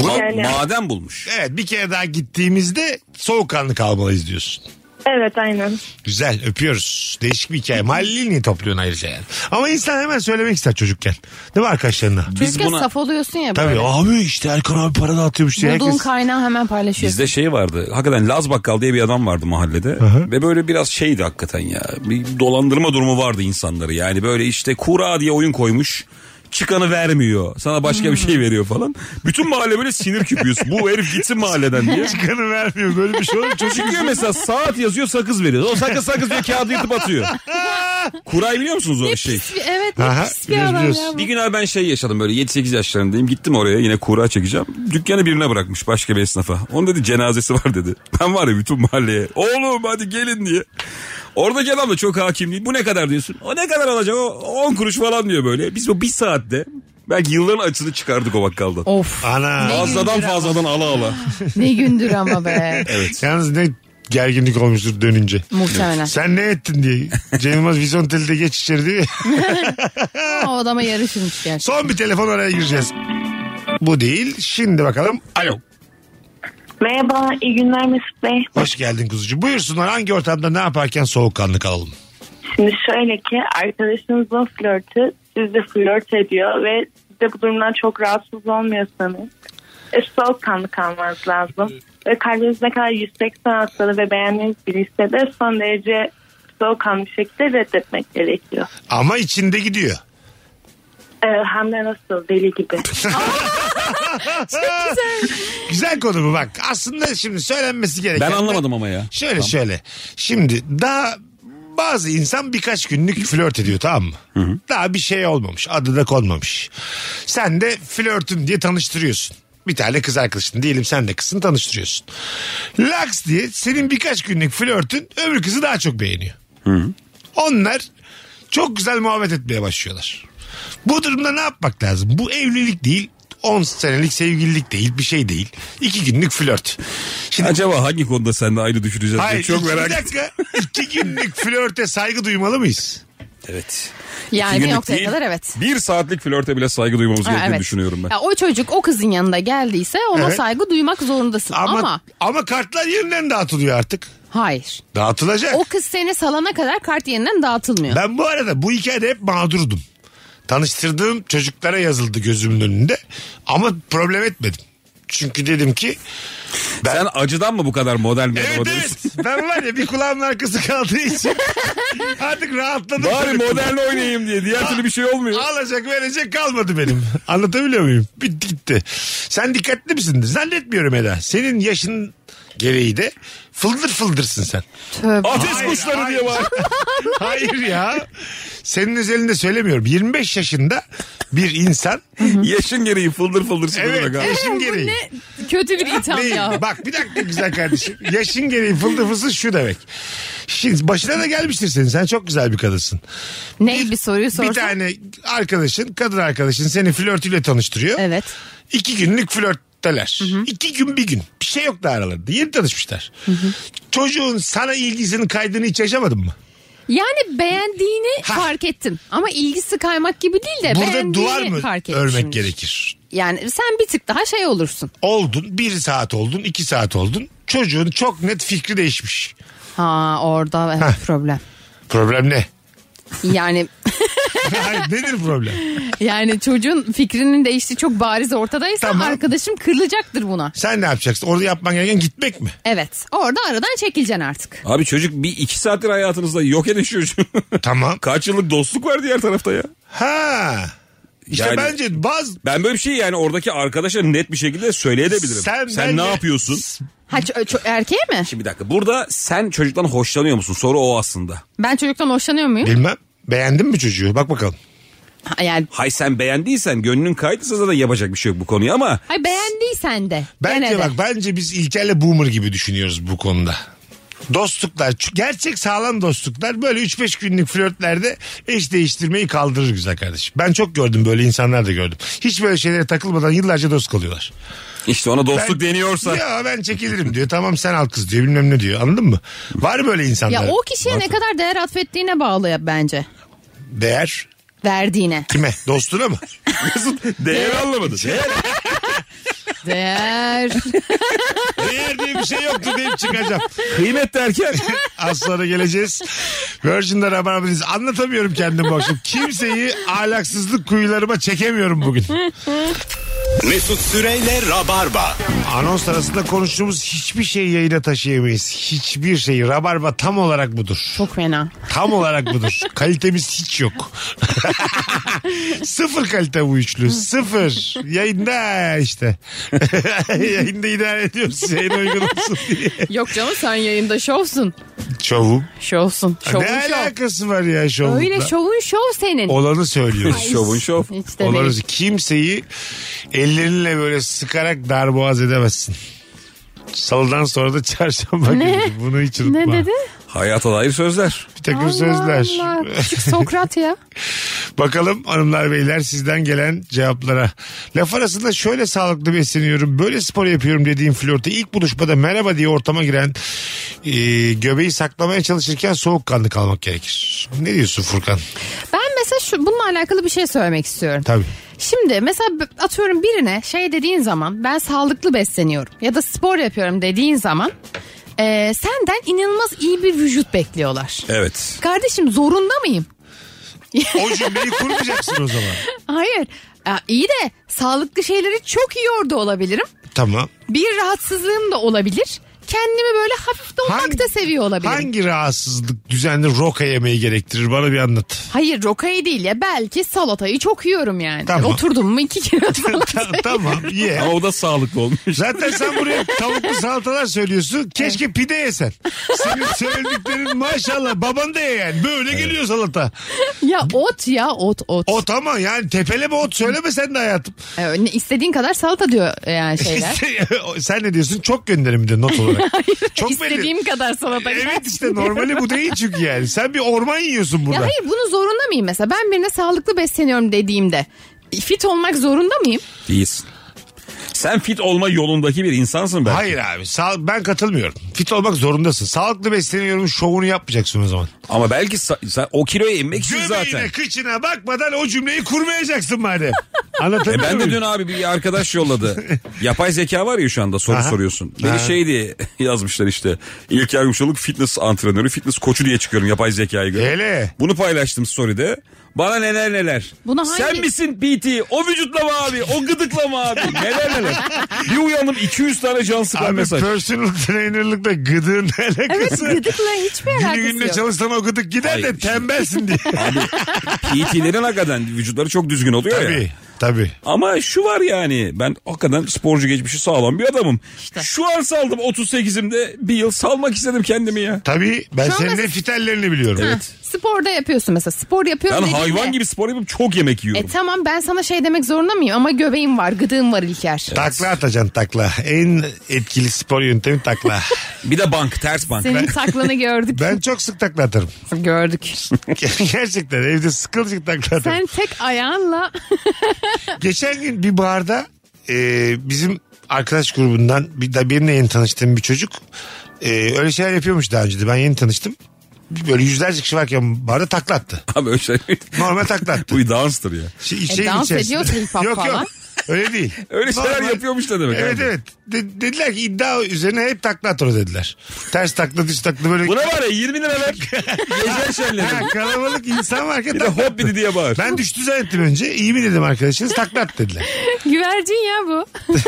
S5: Ma-
S7: yani-
S5: Maden bulmuş.
S4: Evet bir kere daha gittiğimizde soğukkanlı kalmalıyız diyorsun.
S7: evet aynen.
S4: Güzel öpüyoruz. Değişik bir hikaye. Mahalleli niye topluyorsun ayrıca yani? Ama insan hemen söylemek ister çocukken. Değil mi arkadaşlarına?
S6: Çocukken
S5: buna-
S6: saf oluyorsun ya
S4: Tabii
S6: böyle.
S4: abi işte Erkan abi para dağıtıyormuş diye
S6: Bulduğun
S4: herkes.
S6: kaynağı hemen paylaşıyorsun.
S5: Bizde şey vardı. Hakikaten Laz Bakkal diye bir adam vardı mahallede. Ve böyle biraz şeydi hakikaten ya. Bir dolandırma durumu vardı insanları. Yani böyle işte kura diye oyun koymuş. çıkanı vermiyor. Sana başka bir şey veriyor falan. Bütün mahalle böyle sinir küpüyüz. Bu herif gitsin mahalleden diye.
S4: Kanı vermiyor böyle bir şey olur. mu? Çocuk
S5: Çıkıyor mesela saat yazıyor sakız veriyor. O sakız sakız diyor kağıdı yırtıp atıyor. Kuray biliyor musunuz o şey?
S6: Pis bir- evet ne
S4: Aha,
S6: pis bir
S4: biliyoruz,
S6: adam
S4: biliyoruz.
S6: ya. bu.
S5: Bir gün abi ben şey yaşadım böyle 7-8 yaşlarındayım. Gittim oraya yine kura çekeceğim. Dükkanı birine bırakmış başka bir esnafa. Onun dedi cenazesi var dedi. Ben var ya bütün mahalleye. Oğlum hadi gelin diye. Oradaki adam da çok hakim değil. Bu ne kadar diyorsun? O ne kadar alacak? O 10 kuruş falan diyor böyle. Biz bu bir saatte belki yılların acısını çıkardık o bakkaldan.
S6: Of
S4: Ana.
S5: Fazladan fazladan ala ala.
S6: ne gündür ama be.
S4: Yalnız ne gerginlik olmuştur dönünce.
S6: Muhtemelen.
S4: Sen ne ettin diye. Cem Yılmaz Vizonteli'de geç içeri diye.
S6: Ama o adama yarışılmış gerçekten.
S4: Son bir telefon araya gireceğiz. Bu değil. Şimdi bakalım. Alo.
S7: Merhaba, iyi günler Mesut Bey.
S4: Hoş geldin kuzucu. Buyursunlar hangi ortamda ne yaparken soğukkanlı kalalım?
S7: Şimdi şöyle ki arkadaşınızın flörtü sizle flört ediyor ve siz de bu durumdan çok rahatsız olmuyorsanız e, soğukkanlı kalmanız lazım. Ve kalbiniz ne kadar 180 atsalı ve beğendiğiniz biri ise de son derece soğukkanlı bir şekilde reddetmek gerekiyor.
S4: Ama içinde gidiyor.
S7: E, hem de nasıl deli gibi.
S4: Güzel konu bu bak. Aslında şimdi söylenmesi gereken.
S5: Ben anlamadım ama ya.
S4: Şöyle şöyle. Şimdi daha bazı insan birkaç günlük flört ediyor tamam mı? Daha bir şey olmamış. Adı da konmamış. Sen de flörtüm diye tanıştırıyorsun. Bir tane kız arkadaşın diyelim sen de kızını tanıştırıyorsun. Laks diye senin birkaç günlük flörtün öbür kızı daha çok beğeniyor. Onlar çok güzel muhabbet etmeye başlıyorlar. Bu durumda ne yapmak lazım? Bu evlilik değil. 10 senelik sevgililik değil bir şey değil. 2 günlük flört. Şimdi
S5: Acaba hangi konuda seninle aynı düşüneceğiz? diye
S4: Hayır,
S5: çok şey merak
S4: Bir
S5: ettim.
S4: dakika. İki günlük flörte saygı duymalı mıyız?
S5: Evet.
S6: Yani
S5: İki
S6: bir
S5: günlük
S6: noktaya
S5: değil,
S6: kadar evet.
S5: Bir saatlik flörte bile saygı duymamız
S6: Ha,
S5: gerektiğini
S6: evet.
S5: düşünüyorum ben.
S6: Ya, o çocuk o kızın yanında geldiyse ona
S4: Evet.
S6: saygı duymak zorundasın.
S4: Ama
S6: Ama,
S4: ama, kartlar yeniden dağıtılıyor artık.
S6: hayır.
S4: Dağıtılacak.
S6: O kız seni salana kadar kart yeniden dağıtılmıyor.
S4: Ben bu arada bu hikayede hep mağdurdum. Tanıştırdığım çocuklara yazıldı gözümün önünde. Ama problem etmedim. Çünkü dedim ki ben...
S5: Sen acıdan mı bu kadar modern bir
S4: Evet
S5: adama dönüyorsun?
S4: evet. Ben var ya bir kulağımın arkası kaldığı için artık rahatladım.
S5: Bari modern oynayayım diye. Diğer türlü bir şey olmuyor.
S4: Alacak verecek kalmadı benim. Anlatabiliyor muyum? Bitti gitti. Sen dikkatli misin? Zannetmiyorum Eda. Senin yaşın gereği de fıldır fıldırsın sen.
S6: Tövbe.
S5: Ateş
S4: Hayır,
S5: kuşları
S4: hayır.
S5: diye var.
S4: Hayır ya. Senin özelinde söylemiyorum. 25 yaşında bir insan.
S5: Yaşın gereği fıldır fıldır sıkılır
S4: evet
S5: abi.
S4: yaşın gereği.
S6: Kötü bir itham
S4: Değil.
S6: ya.
S4: Bak bir dakika güzel kardeşim. Yaşın gereği fıldır fısız şu demek. Şimdi başına da gelmiştir senin. Sen çok güzel bir kadınsın.
S6: Ne bir soruyu sorsan.
S4: Bir tane arkadaşın, kadın arkadaşın seni flörtüyle tanıştırıyor.
S6: Evet.
S4: İki günlük flörtteler. İki gün bir gün. Bir şey yok da aralarında. Yeni tanışmışlar. Çocuğun sana ilgisinin kaydını hiç yaşamadın mı?
S6: Yani beğendiğini
S4: Ha.
S6: fark ettim. Ama ilgisi kaymak gibi değil de
S4: Burada
S6: beğendiğini
S4: duvar mı
S6: E, fark ettim.
S4: örmek gerekir?
S6: Yani sen bir tık daha şey olursun.
S4: Oldun bir saat oldun iki saat oldun. Çocuğun çok net fikri değişmiş.
S6: Ha orada evet, problem.
S4: Problem ne?
S6: Yani
S4: Hayır, nedir problem?
S6: yani çocuğun fikrinin değiştiği çok bariz ortadaysa
S4: Tamam.
S6: arkadaşım kırılacaktır buna.
S4: Sen ne yapacaksın? Orada yapman gereken gitmek mi?
S6: Evet. Orada aradan çekileceksin artık.
S5: Abi çocuk bir iki saattir hayatınızda yok edin şu çocuğu.
S4: Tamam.
S5: Kaç yıllık dostluk var diğer tarafta ya.
S4: Ha. İşte
S5: Yani-
S4: bence bazı
S5: Ben böyle bir şey yani oradaki arkadaşa net bir şekilde söyleyebilirim.
S4: Sen
S5: Sen,
S4: bence-
S5: ne yapıyorsun?
S6: Ha ço- ço- erkeğe mi?
S5: Şimdi bir dakika burada sen çocuktan hoşlanıyor musun? Soru o aslında.
S6: Ben çocuktan hoşlanıyor muyum?
S4: bilmem. Beğendin mi çocuğu? Bak bakalım.
S6: Ha, yani
S5: Hay sen beğendiysen gönlün kaydıysa zaten yapacak bir şey yok bu konuya ama
S6: Hayır beğendiysen de.
S4: Bence
S6: gene de.
S4: bak bence biz İlker'le Boomer gibi düşünüyoruz bu konuda. Dostluklar ç- gerçek sağlam dostluklar böyle 3-5 günlük flörtlerde eş değiştirmeyi kaldırır güzel kardeşim. Ben çok gördüm böyle insanlar da gördüm. Hiç böyle şeylere takılmadan yıllarca dost kalıyorlar.
S5: işte ona dostluk
S4: Ben-
S5: deniyorsa.
S4: Ya ben çekilirim diyor tamam sen al kız diyor bilmem ne diyor anladın mı? Var böyle insanlar.
S6: Ya o kişiye ne kadar değer atfettiğine bağlı ya bence.
S4: Değer
S6: Verdiğine.
S4: kime? Dostuna mı?
S5: Mesut değer anlamadı. Değer.
S6: Değer.
S4: Değer diye bir şey yoktu deyip çıkacağım.
S5: Kıymet derken
S4: Az sonra geleceğiz. Virgin'de Rabarba'dayız. Anlatamıyorum kendimi bu akşam. Kimseyi ahlaksızlık kuyularıma çekemiyorum bugün.
S3: Mesut Süreyle Rabarba.
S4: Anons arasında konuştuğumuz hiçbir şeyi yayına taşıyamayız. Hiçbir şeyi. Rabarba tam olarak budur.
S6: Çok fena.
S4: Tam olarak budur. Kalitemiz hiç yok. sıfır kalite bu üçlü. Sıfır. Yayında işte. Yayında idare ediyoruz. Yayın uygun olsun diye.
S6: Yok canım sen yayında şovsun.
S4: Şovum.
S6: Şovsun. Şovun
S4: ne
S6: şov.
S4: alakası var ya şovlukla?
S6: Öyle şovun şov senin.
S4: Olanı söylüyoruz.
S5: Şovun şov.
S6: Hiç de
S4: Olanı
S6: değil.
S4: Kimseyi ellerinle böyle sıkarak darboğaz edemezsin. Salıdan sonra da çarşamba günü. Bunu hiç unutma.
S6: Ne dedi?
S5: Hayata dair sözler.
S4: Bir takım sözler.
S6: Allah. Küçük Sokrat ya.
S4: Bakalım hanımlar beyler sizden gelen cevaplara. Laf arasında şöyle sağlıklı besleniyorum, böyle spor yapıyorum dediğim flörte ilk buluşmada merhaba diye ortama giren e, göbeği saklamaya çalışırken soğukkanlı kalmak gerekir. Ne diyorsun Furkan?
S6: Ben mesela şu, bununla alakalı bir şey söylemek istiyorum.
S4: Tabii.
S6: Şimdi mesela b- atıyorum birine şey dediğin zaman ben sağlıklı besleniyorum ya da spor yapıyorum dediğin zaman e, senden inanılmaz iyi bir vücut bekliyorlar.
S5: Evet.
S6: Kardeşim zorunda mıyım?
S4: O cümleyi kurmayacaksın o zaman.
S6: Hayır. Ya iyi de sağlıklı şeyleri çok iyi orada olabilirim.
S4: Tamam.
S6: Bir rahatsızlığım da olabilir. Kendimi böyle hafif donmak
S4: Hangi-
S6: da seviyor olabilirim.
S4: Hangi rahatsızlık düzenli roka yemeği gerektirir? Bana bir anlat.
S6: Hayır rokayı değil ya belki salatayı çok yiyorum yani.
S4: Tamam.
S6: Oturdum mu iki kilo falan.
S4: Ta- tamam ye.
S5: Ama o da sağlıklı olmuş.
S4: Zaten sen buraya tavuklu salatalar söylüyorsun. Keşke pide yesen. Senin söylediklerin maşallah baban da ye yani. Böyle geliyor salata.
S6: ya ot ya ot ot.
S4: Ot ama yani tepeleme ot söyleme sen de hayatım. Şey,
S6: Ee, ne- istediğin kadar salata diyor e, yani şeyler.
S4: sen ne diyorsun? Çok gönderim bir de not olarak. Çok belli.
S6: İstediğim kadar salata.
S4: Evet işte normali bu değil çünkü yani. Sen bir orman yiyorsun
S6: Ya
S4: burada.
S6: hayır bunu zorunda mıyım mesela? Ben birine sağlıklı besleniyorum dediğimde fit olmak zorunda mıyım?
S5: Değilsin. Sen fit olma yolundaki bir insansın ben.
S4: Hayır abi sağ, ben katılmıyorum. Fit olmak zorundasın. Sağlıklı besleniyorum şovunu yapmayacaksın o zaman.
S5: Ama belki sa- sen o kiloya inmek için
S4: Göbeğine
S5: zaten.
S4: kıçına bakmadan o cümleyi kurmayacaksın madem. Anlatabiliyor
S5: E ben de
S4: muyum?
S5: dün abi bir arkadaş yolladı. Yapay zeka var ya şu anda soru
S4: Aha.
S5: soruyorsun. Beni
S4: Ha.
S5: şey diye yazmışlar işte. İlker Gümüşoluk fitness antrenörü, fitness koçu diye çıkıyorum yapay zekaya göre.
S4: Hele.
S5: Bunu paylaştım story'de. Bana neler neler.
S6: Buna hangi-
S5: Sen misin PT? O vücutla mı abi? O gıdıkla mı abi? neler neler. Bir uyandım 200 tane can sıkan
S4: Abi
S5: mesaj.
S4: personal trainerlıkla gıdığın ne
S6: Evet
S4: alakası?
S6: gıdıkla hiçbir alakası
S4: Günü gününe
S6: yok.
S4: çalışsan o gıdık gider
S5: Hayır,
S4: de
S5: işte.
S4: tembelsin diye.
S5: Abi PT'lerin hakikaten vücutları çok düzgün oluyor ya.
S4: tabii tabii.
S5: Ama şu var yani ben hakikaten sporcu geçmişi sağlam bir adamım. Şu an saldım 38'imde bir yıl salmak istedim kendimi ya.
S4: Tabii ben
S6: Şu an
S4: senin
S6: mesela-
S4: ne fitellerini biliyorum.
S6: Ha, Sporda yapıyorsun mesela. Spor yapıyorum
S5: Ben
S6: dediğinde-
S5: hayvan gibi spor yapıp çok yemek
S6: E
S5: yiyorum.
S6: tamam ben sana şey demek zorunda mıyım? Ama göbeğim var, gıdığım var İlker.
S4: Takla atacaksın takla. En etkili spor yöntemi takla.
S5: Bir de bank ters bank.
S6: Senin taklanı gördük.
S4: ben çok sık takla atarım.
S6: Gördük.
S4: Gerçekten evde sıkılacak takla atarım.
S6: Sen tek ayağınla
S4: Geçen gün bir barda e, bizim arkadaş grubundan bir da birine yeni tanıştığım bir çocuk e, öyle şeyler yapıyormuş daha önce de ben yeni tanıştım. Böyle yüzlerce kişi varken barda takla attı.
S5: Abi öyle şey.
S4: Normal takla attı.
S5: Bu bir danstır ya.
S4: Şey,
S6: E,
S4: şeyin
S6: dans
S4: içerisinde.
S6: ediyor trip-hop
S4: Yok
S6: falan.
S4: yok. Öyle değil.
S5: Öyle şeyler
S4: Normal-
S5: yapıyormuş da demek.
S4: Evet
S5: abi.
S4: evet. De- dediler ki iddia üzerine hep takla atar o dediler. Ters takla dış takla böyle.
S5: Buna var ya 20 lira ver. Gece şenlerim.
S4: Ha, kalabalık insan varken
S5: Bir de
S4: takla
S5: hop bir diye bağır.
S4: Ben düştü zannettim önce. İyi mi dedim arkadaşınız takla at dediler.
S6: güvercin ya bu.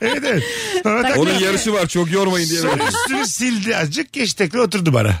S4: Evet evet. Sonra takla
S5: Onun yarışı var çok yormayın diye.
S4: Sonra üstünü sildi azıcık. Geç tekrar oturdu bana.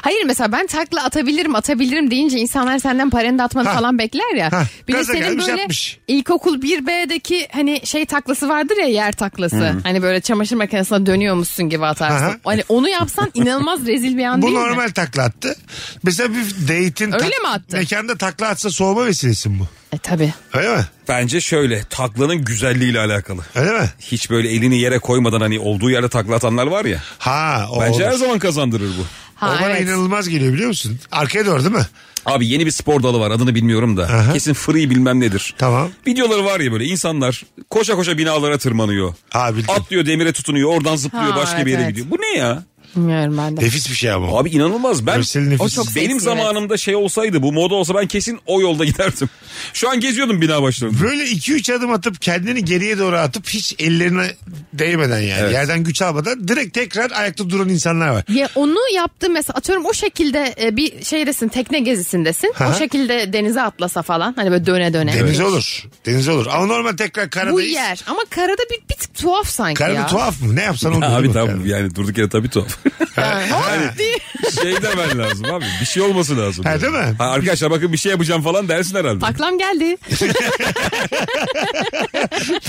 S6: Hayır mesela ben takla atabilirim atabilirim deyince insanlar senden paranı da atmanı
S4: Ha.
S6: falan bekler ya.
S4: Ha.
S6: Bir de
S4: Gaza
S6: senin
S4: gelmiş,
S6: böyle
S4: atmış.
S6: ilkokul 1B'deki hani şey taklası vardır ya yer taklası. Hani böyle çamaşır makinesine dönüyormuşsun gibi atarsın.
S4: Aha.
S6: Hani onu yapsan inanılmaz rezil bir an
S4: Bu
S6: değil mi?
S4: normal takla attı. Mesela bir date'in
S6: Öyle
S4: tak-
S6: mi attı?
S4: mekanda takla atsa soğuma vesilesi mi bu?
S6: E tabi.
S4: Öyle mi?
S5: Bence şöyle taklanın güzelliğiyle alakalı.
S4: Öyle mi?
S5: Hiç böyle elini yere koymadan hani olduğu yerde takla atanlar var ya.
S4: Ha o
S5: Bence
S4: olur.
S5: her zaman kazandırır bu.
S4: O
S6: Ha,
S4: bana
S6: evet.
S4: inanılmaz geliyor biliyor musun? Arkaya doğru değil mi?
S5: Abi yeni bir spor dalı var adını bilmiyorum da.
S4: Aha.
S5: Kesin free bilmem nedir.
S4: Tamam.
S5: Videoları var ya böyle insanlar koşa koşa binalara tırmanıyor.
S4: Ha, bildim.
S5: Atlıyor demire tutunuyor oradan zıplıyor
S6: Ha,
S5: başka
S6: evet,
S5: bir yere
S6: evet.
S5: gidiyor. Bu ne ya?
S6: Bilmiyorum ben de.
S4: Nefis bir şey ama.
S5: Abi inanılmaz ben
S4: Görsel nefis.
S6: O çok seksi,
S5: benim
S6: evet.
S5: zamanımda şey olsaydı bu moda olsa ben kesin o yolda giderdim. Şu an geziyordum bina başlarında.
S4: Böyle 2-3 adım atıp kendini geriye doğru atıp hiç ellerine değmeden yani
S5: Evet.
S4: yerden güç almadan direkt tekrar ayakta duran insanlar var.
S6: Ya onu yaptım mesela atıyorum o şekilde e, bir şeydesin tekne gezisindesin.
S4: Aha.
S6: O şekilde denize atlasa falan hani böyle döne döne.
S4: Deniz olur. Deniz olur. Ama normal tekrar
S6: Bu
S4: karadayız.
S6: yer ama karada bir, bir tık tuhaf sanki
S4: Karada
S6: ya.
S4: tuhaf mı? Ne yapsan olur.
S5: Abi
S4: değil mi
S5: tamam
S4: karada?
S5: yani durduk yere tabii tuhaf.
S6: Hani-
S5: şey demen lazım abi bir şey olması lazım.
S4: Ha,
S5: yani.
S4: değil mi?
S5: Ha, arkadaşlar bakın bir şey yapacağım falan dersin herhalde.
S6: Taklam geldi.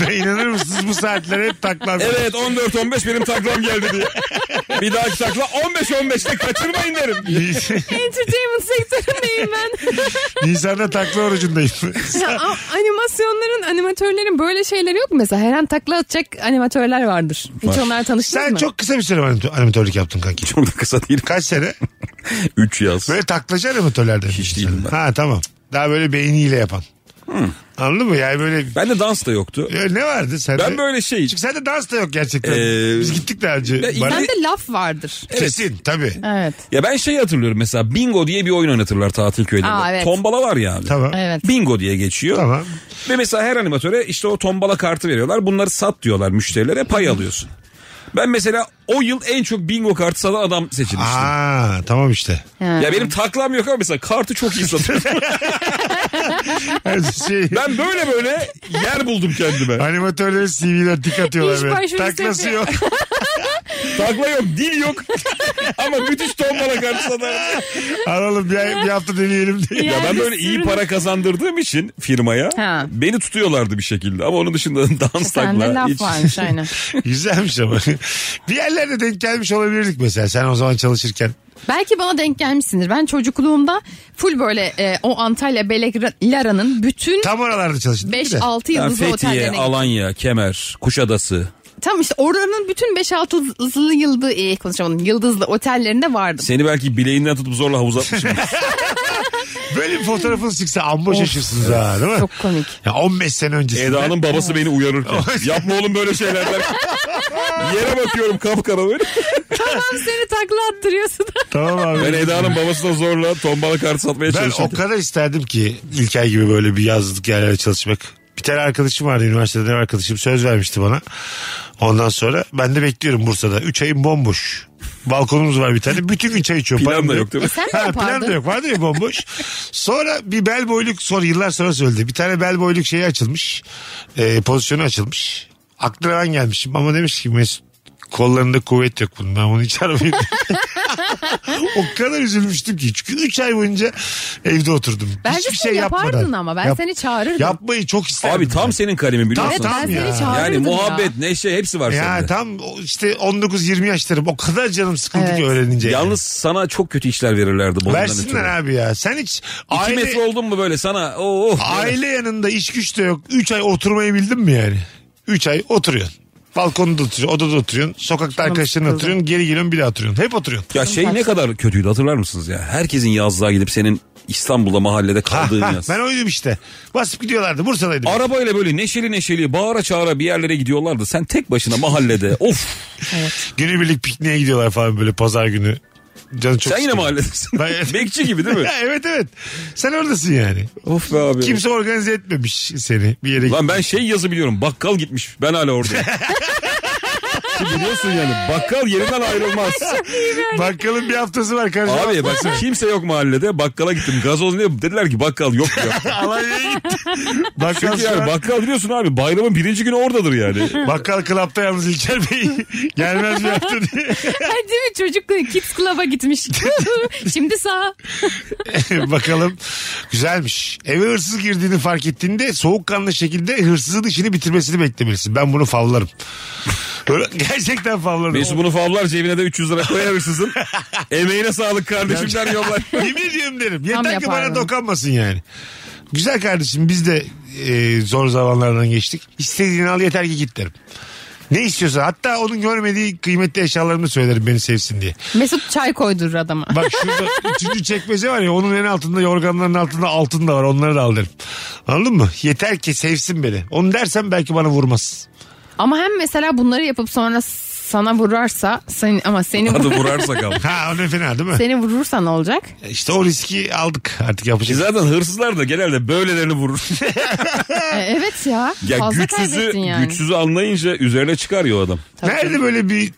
S4: Ve inanır mısınız bu saatlere hep taklar.
S5: Evet 14-15 benim taklam geldi diye. Bir dahaki takla 15-15'te kaçırmayın derim.
S6: Entertainment sektöründeyim ben.
S4: Nisan'da takla orucundayım.
S6: Ya, a- animasyonların, animatörlerin böyle şeyleri yok mu mesela? Her an takla atacak animatörler vardır. Hiç onlar tanıştınız
S4: Sen
S6: mı?
S4: çok kısa bir süre animatör- animatörlük yaptın kanki.
S5: Çok da kısa değil.
S4: Kaç sene?
S5: 3 yaz.
S4: Böyle taklacı animatörlerden.
S5: Hiç değilim ben. Hmm.
S4: Ha tamam. Daha böyle beyniyle yapan. Anladın mı? Yani böyle
S5: Bende dans da yoktu.
S4: Ya ne vardı sende?
S5: Ben böyle şey...
S4: Çünkü sende dans da yok gerçekten.
S5: Ee,
S4: Biz gittik daha önce.
S5: ben-
S4: Bana-
S5: Ben-
S6: Sende laf vardır.
S4: Kesin tabii.
S6: Evet.
S5: Ya ben şey hatırlıyorum mesela bingo diye bir oyun oynatırlar tatil köylerinde.
S6: Aa, evet.
S5: Tombala var ya abi.
S4: Tamam.
S6: Evet.
S5: Bingo diye geçiyor.
S4: Tamam.
S5: Ve mesela her animatöre işte o tombala kartı veriyorlar. Bunları sat diyorlar müşterilere pay alıyorsun. Ben mesela o yıl en çok bingo kartı satan adam seçilmiştim.
S4: Aa tamam işte.
S5: Ya benim taklam yok ama mesela kartı çok iyi satıyorum.
S4: Her şey.
S5: ben böyle böyle yer buldum kendime.
S4: Animatörlerin CV'ler tik
S6: İş
S4: atıyorlar. böyle.
S6: başvurusu
S4: Taklası
S6: yapıyor.
S4: yok.
S5: Takla yok, dil yok. ama müthiş tombala kartı satarım.
S4: Aralım bir, ay- bir hafta deneyelim diye.
S5: Ya ben
S6: Yani
S5: böyle iyi
S6: sürün-
S5: para kazandırdığım için firmaya
S6: Ha.
S5: beni tutuyorlardı bir şekilde. Ama onun dışında dans
S6: Sende
S5: takla.
S6: laf
S5: hiç-
S6: varmış aynen.
S4: Güzelmiş ama. bir yerlerde denk gelmiş olabilirdik mesela. Sen o zaman çalışırken.
S6: Belki bana denk gelmişsindir. Ben çocukluğumda full böyle e, o Antalya Belek Lara'nın bütün
S4: Tam oralarda çalıştın. değil mi de?
S6: 5-6
S5: Ya
S6: yıldızlı
S5: Fethiye,
S6: otellerine
S5: Alanya, Kemer, Kuşadası.
S6: Tam işte oranın bütün 5-6 yıldızlı e, konuşamadım. Yıldızlı otellerinde vardım.
S5: Seni belki bileğinden tutup zorla havuza atmışım.
S4: Böyle bir fotoğrafınız çıksa amma şaşırsınız ha değil mi?
S6: Çok komik.
S4: Ya 15 sene öncesinde.
S5: Eda'nın babası beni uyarırken. Yapma oğlum böyle şeyler. Ben Yere bakıyorum kapkara böyle.
S6: Tam seni takla attırıyorsun.
S4: Tamam abi.
S5: Ben Eda'nın babasına zorla tombala kartı satmaya
S4: Ben o
S5: çalışıyorum.
S4: kadar isterdim ki İlker gibi böyle bir yazlık yerlerde çalışmak. Bir tane arkadaşım vardı üniversiteden arkadaşım söz vermişti bana. Ondan sonra ben de bekliyorum Bursa'da. 3 ayım bomboş. Balkonumuz var bir tane. Bütün gün çay içiyorum.
S5: Plan
S4: Param
S5: da yok değil mi? E
S6: sen ne
S4: Ha, plan
S6: yapardın?
S4: da yok. Vardı ya bomboş. sonra bir bel boyluk sonra yıllar sonra söyledi. Bir tane bel boyluk şeyi açılmış. Ee, pozisyonu açılmış. Aklına ben gelmişim ama demiş ki Mesut kollarında kuvvet yok bunun ben onu hiç aramayayım. o kadar üzülmüştüm ki. Çünkü 3 ay boyunca evde oturdum.
S6: Bence
S4: Hiçbir
S6: sen
S4: şey
S6: yapardın
S4: yapmadan.
S6: ama ben
S4: Yap-
S6: seni çağırırdım.
S4: Yapmayı çok isterdim.
S5: Abi tam
S4: ben.
S5: senin kalemin biliyor
S4: Tam-
S6: evet
S5: musun?
S4: tam
S6: ben
S4: ya.
S6: seni çağırırdım
S5: Yani
S6: ya.
S5: muhabbet, neşe hepsi var
S4: Ya
S5: sende.
S4: tam o işte 19-20 yaşlarım o kadar canım sıkıldı
S6: Evet.
S4: ki öğrenince.
S5: Yalnız sana çok kötü işler verirlerdi.
S4: yani.
S5: bundan
S4: Versinler
S5: ötürü.
S4: abi ya. Sen hiç
S5: İki
S4: aile,
S5: metre oldun mu böyle sana? Oh, oh.
S4: aile yanında iş güç de yok. 3 ay oturmayı bildin mi yani? 3 ay oturuyorsun. Balkonda oturuyorsun, odada oturuyorsun, sokakta arkadaşlarınla
S6: sıkıldı.
S4: oturuyorsun, geri geliyorsun bir daha oturuyorsun. Hep oturuyorsun.
S5: Ya şey ne kadar kötüydü hatırlar mısınız ya? Herkesin yazlığa gidip senin İstanbul'da mahallede
S4: Ha,
S5: kaldığın
S4: ha,
S5: yaz.
S4: ben oydum işte. Basıp gidiyorlardı. Bursa'daydım.
S5: Arabayla böyle neşeli neşeli bağıra çağıra bir yerlere gidiyorlardı. Sen tek başına mahallede of
S4: Günübirlik pikniğe gidiyorlar falan böyle pazar günü. Canı çok
S5: sen yine
S4: sıkılıyor.
S5: mahalledesin.
S4: Ben-
S5: Bekçi gibi değil mi?
S4: Ya evet evet. Sen oradasın yani.
S5: of be abi.
S4: Kimse organize etmemiş seni bir yere.
S5: Lan ben şey yazı biliyorum bakkal gitmiş ben hala orada. Biliyorsun yani bakkal yerinden ayrılmaz. şey-
S4: Bakkalın bir haftası var kardeşim.
S5: Abi bak kimse yok mahallede bakkala gittim gazoz ne dediler ki bakkal yok ya.
S4: Alanya'ya gitti. Bakkal,
S5: Çünkü yani
S4: şu an-
S5: bakkal biliyorsun abi bayramın birinci günü oradadır yani.
S4: Bakkal klapta yalnız İlker Bey gelmez bir hafta diye.
S6: Ay, değil mi çocuk kids club'a gitmiş. Şimdi sağ.
S4: Bakalım. Güzelmiş. Eve hırsız girdiğini fark ettiğinde soğukkanlı şekilde hırsızın işini bitirmesini beklemelisin. Ben bunu favlarım. Böyle Gerçekten favlarım.
S5: Mesut bunu favlar cebine de 300 lira koyar hırsızın. Emeğine sağlık kardeşimden yollar.
S4: Yemin ediyorum derim. Yeter ki bana
S6: yapardım.
S4: dokanmasın yani. Güzel kardeşim biz de e, zor zamanlardan geçtik. İstediğini al yeter ki git derim. Ne istiyorsa hatta onun görmediği kıymetli eşyalarını söylerim beni sevsin diye.
S6: Mesut çay koydurur adama.
S4: Bak şurada üçüncü çekmece var ya onun en altında yorganların altında altın da var onları da al derim. Anladın mı? Yeter ki sevsin beni. Onu dersen belki bana vurmaz.
S6: Ama hem mesela bunları yapıp sonra sana vurarsa sen ama seni
S5: Adı vurarsa kal.
S4: Ha o ne fena değil mi?
S6: seni vurursa ne olacak?
S4: İşte o riski aldık artık şey
S5: E
S4: yapacağız.
S5: Zaten hırsızlar da genelde böylelerini vurur.
S6: E, evet ya.
S5: ya
S6: fazla
S5: güçsüzü,
S6: kaybettin yani.
S5: güçsüzü anlayınca üzerine çıkar ya o adam.
S6: Tabii.
S4: Nerede böyle bir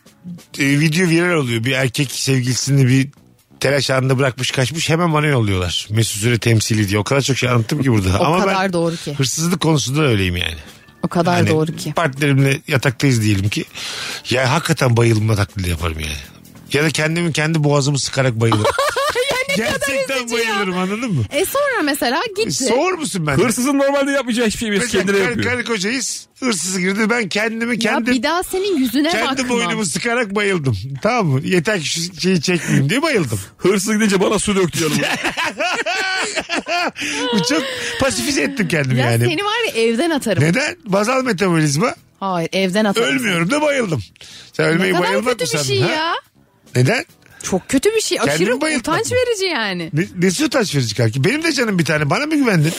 S4: e, video viral oluyor. Bir erkek sevgilisini bir telaş anında bırakmış kaçmış hemen bana yolluyorlar. Mesut Süre temsili diye. O kadar çok şey anlattım ki burada.
S6: O
S4: Ama
S6: kadar
S4: ben
S6: doğru ki.
S4: hırsızlık konusunda da öyleyim yani.
S6: O kadar
S4: Hani
S6: doğru ki.
S4: Partnerimle yataktayız diyelim ki. Ya hakikaten bayılma taklidi yaparım yani. Ya da kendimi kendi boğazımı sıkarak bayılırım. Gerçekten bayılırım anladın mı?
S6: E sonra mesela gitti.
S4: Soğur musun ben?
S5: Hırsızın normalde yapmayacağı hiçbir şeyi biz
S4: Mesela
S5: kendine
S4: kar-
S5: yapıyor.
S4: Karı kocayız. Hırsız girdi. Ben kendimi kendim
S6: ya bir daha senin yüzüne
S4: kendi
S6: bakmam.
S4: boynumu sıkarak bayıldım. Tamam mı? Yeter ki şu şeyi çekmeyeyim diye bayıldım.
S5: Hırsız gidince bana su döktü yanıma.
S4: Bu çok pasifize ettim kendimi
S6: Ya
S4: yani.
S6: seni var ya evden atarım.
S4: Neden? Bazal metabolizma.
S6: Hayır evden atarım.
S4: Ölmüyorum da bayıldım. Sen
S6: Ne
S4: ölmeyi
S6: kadar
S4: bayılmak
S6: kötü
S4: mı
S6: bir
S4: sandın?
S6: şey
S4: ha?
S6: ya.
S4: Neden?
S6: Çok kötü bir şey. Aşırı
S4: Kendimi bayıltmak
S6: utanç
S4: mı?
S6: verici yani.
S4: Ne, nesi utanç verici kanki? Benim de canım bir tane. Bana mı güvendin?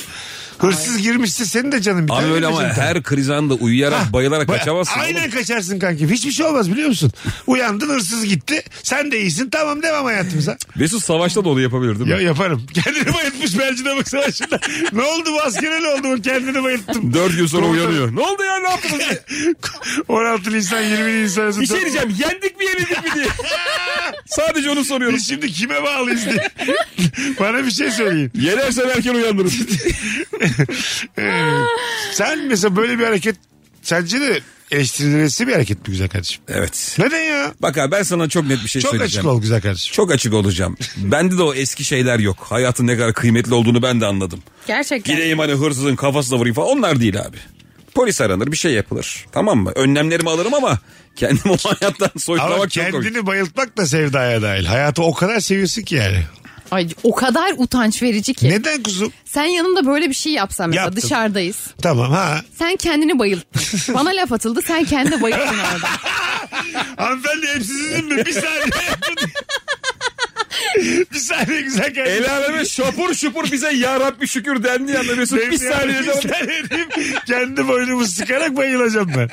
S4: Hırsız girmişse senin de canın bir tane.
S5: Abi öyle
S4: benim
S5: ama
S4: de canım bir tane.
S5: her kriz anında uyuyarak bayılarak
S4: Ba-
S5: kaçamazsın.
S4: Aynen
S5: oğlum.
S4: kaçarsın kanki. Hiçbir şey olmaz biliyor musun? Uyandın hırsız gitti. Sen de iyisin. Tamam devam hayatımıza.
S5: Mesut savaşta da onu yapabilir değil mi?
S4: Ya yaparım. Kendini bayıltmış Bercine bak savaşında. ne oldu bu askere ne oldu bu? Kendini bayılttım.
S5: Dört gün sonra
S4: Doğru.
S5: uyanıyor. Ne oldu ya ne yaptınız? diye.
S4: 16 Nisan 20 Nisan arasında.
S5: Bir şey diyeceğim yendik mi yenildik mi diye. Sadece onu soruyorum.
S4: Biz şimdi kime bağlıyız diye. Bana bir şey söyleyin.
S5: Yenersen erken uyandırırız.
S4: Ee, sen mesela böyle bir hareket sence de eleştirilmesi bir hareket mi güzel kardeşim?
S5: evet.
S4: Neden ya?
S5: Bak abi ben sana çok net bir şey
S4: Çok
S5: söyleyeceğim.
S4: açık ol güzel kardeşim.
S5: Çok açık olacağım. Bende de o eski şeyler yok. Hayatın ne kadar kıymetli olduğunu ben de anladım.
S6: Gerçekten.
S5: Gideyim hani hırsızın kafasına vurayım falan. Onlar değil abi. Polis aranır bir şey yapılır. Tamam mı? Önlemlerimi alırım ama kendim o hayattan soyutlamak
S4: Ama
S5: çok komik.
S4: kendini bayıltmak da sevdaya dahil. Hayatı o kadar seviyorsun ki yani.
S6: Ay o kadar utanç verici ki.
S4: Neden kuzum?
S6: Sen yanımda böyle bir şey yapsan mesela
S4: Yaptım.
S6: dışarıdayız.
S4: Tamam ha.
S6: Sen kendini bayılttın. Bana laf atıldı sen kendi bayılttın orada.
S4: Hanımefendi hep sizin mi? Bir saniye. bir saniye güzel kardeşim.
S5: El aleme şopur şupur bize yarabbi şükür dendi ya Mesut bir saniye
S4: Bir şey saniye diyeyim, kendi boynumu sıkarak bayılacağım ben.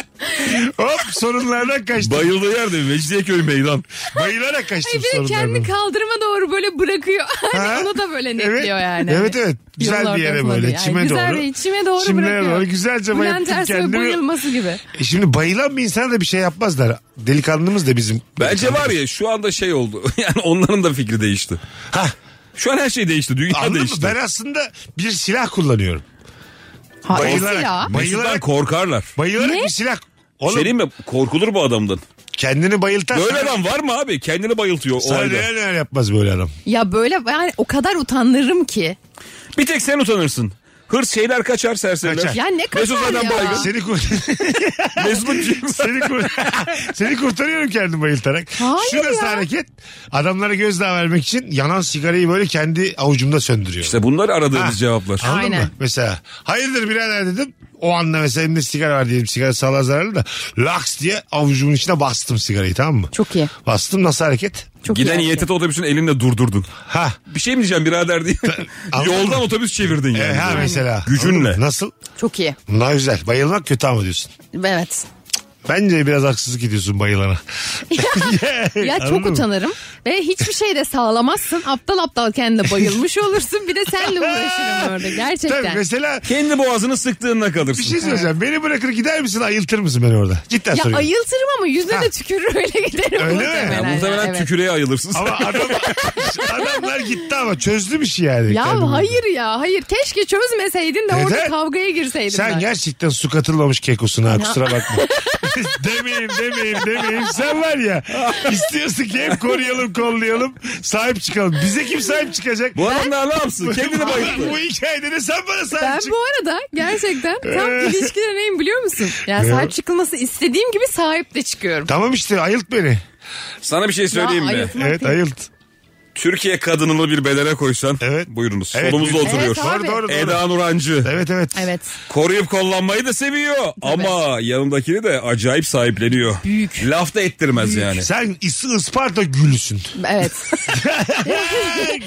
S4: Hop sorunlardan kaçtım.
S5: Bayıldığı yerde Mecidiyeköy meydan.
S4: Bayılarak kaçtım
S6: Bir de
S4: sorunlardan.
S6: kendini kaldırıma doğru böyle bırakıyor.
S4: Ha?
S6: Hani onu da böyle netliyor
S4: evet.
S6: yani.
S4: Evet evet. Güzel
S6: Yolun
S4: bir yere
S6: ortasına
S4: böyle
S6: diye. Yani
S4: çime
S6: güzel
S4: doğru.
S6: bir- çime doğru
S4: Çimlere
S6: bırakıyor.
S4: doğru güzelce
S6: Bülent
S4: bayılttım
S6: Ersoy
S4: kendimi.
S6: bayılması gibi.
S4: E şimdi bayılan bir insan da bir şey yapmazlar. Delikanlımız da bizim.
S5: Bence var ya şu anda şey oldu. Yani onların da fikri değişti.
S4: Hah.
S5: Şu an her şey değişti. Dünya
S4: Anladın mı?
S5: değişti.
S4: Ben aslında bir silah kullanıyorum.
S6: Ha,
S4: Bayılarak.
S6: silah.
S5: Mesut'tan
S4: Bayılarak,
S5: korkarlar.
S4: bayılarak
S6: Ne?
S4: bir silah.
S5: Oğlum,
S4: Oğlum
S5: mi? Korkulur bu adamdan.
S4: kendini bayıltar.
S5: Böyle
S4: sana-
S5: adam var mı abi? Kendini bayıltıyor o
S4: Sana
S5: halde.
S4: neler neler yapmaz böyle adam.
S6: Ya böyle yani o kadar utanırım ki.
S5: Bir tek sen utanırsın. Hırs şeyler kaçar serseriler.
S4: Kaçar.
S6: Ya ne
S5: Mesut
S6: kadar
S5: zaten
S6: ya.
S5: baygın.
S4: Seni kur-
S5: Mesut'un
S4: Seni, kur- seni kurtarıyorum kendim bayıltarak.
S6: Hayır
S4: Şu nasıl
S6: ya.
S4: hareket? Adamlara gözdağı vermek için yanan sigarayı böyle kendi avucumda söndürüyor.
S5: İşte bunlar aradığımız
S4: Ha.
S5: cevaplar.
S4: Anladın
S6: Aynen.
S4: mı? Mesela hayırdır birader dedim. O anda mesela elimde sigara var diyelim. Sigara sağlığa zararlı da. Laks diye avucumun içine bastım sigarayı tamam mı?
S6: Çok iyi.
S4: Bastım nasıl hareket?
S6: Çok
S5: Giden
S6: iyi şey. hareket.
S5: İETT otobüsünü elinle durdurdun.
S4: Ha.
S5: Bir şey mi diyeceğim birader diye.
S4: Anladın mı?
S5: Yoldan otobüs çevirdin
S4: E,
S5: yani.
S4: ha mesela.
S5: Gücünle.
S4: Anladın mı? Nasıl?
S6: Çok iyi.
S4: Bunlar güzel. Bayılmak kötü ama diyorsun.
S6: Evet.
S4: Bence biraz haksızlık ediyorsun bayılana.
S6: Ya çok
S4: Anladın mı?
S6: utanırım. Ve hiçbir şey de sağlamazsın. Aptal aptal kendine bayılmış olursun. Bir de senle uğraşırım orada gerçekten.
S4: Tabii mesela
S5: Kendi boğazını sıktığında kalırsın.
S4: bir şey söyleyeceğim. Beni bırakır gider misin ayıltır mısın beni orada? Cidden
S6: ya
S4: soruyorum.
S6: ayıltırım ama yüzüne de tükürür öyle giderim.
S4: Öyle mi?
S5: Ya
S6: muhtemelen.
S5: muhtemelen
S6: Evet.
S5: tükürüğe ayılırsın.
S4: Ama adam, adamlar gitti ama çözdü bir şey yani. Kendimi.
S6: Ya hayır ya hayır. Keşke çözmeseydin de orada
S4: Neden?
S6: kavgaya girseydim
S4: Sen
S6: ben.
S4: gerçekten su katılmamış kekosun ha kusura bakma. demeyeyim demeyeyim demeyeyim. Sen var ya istiyorsun ki hep koruyalım kollayalım sahip çıkalım. Bize kim sahip çıkacak?
S5: Bu adamlar ne yapsın? Kendini bayıltı.
S4: Bu hikayede de sen bana sahip
S6: Ben
S4: çık.
S6: bu arada gerçekten tam
S4: Ee.
S6: ilişkide neyim biliyor musun? Yani
S4: Ne?
S6: sahip çıkılması istediğim gibi sahip de çıkıyorum.
S4: Tamam işte ayılt beni.
S5: Sana bir şey söyleyeyim
S6: Ya
S5: mi?
S6: ayıltmak
S4: Evet
S6: değil.
S4: ayılt.
S5: Türkiye kadınını bir bedene koysan.
S4: Evet.
S5: Buyurunuz.
S4: Evet,
S5: Solumuzda
S4: büyük-
S5: oturuyor.
S6: Evet,
S4: Doğru
S6: Abi.
S4: doğru doğru.
S5: Eda Nurancı.
S4: Evet evet.
S6: Evet.
S5: Koruyup kollanmayı da seviyor. Ama yanındakini de acayip sahipleniyor.
S6: Büyük.
S5: Laf da ettirmez yani.
S4: Sen is- Isparta gülsün.
S6: Evet.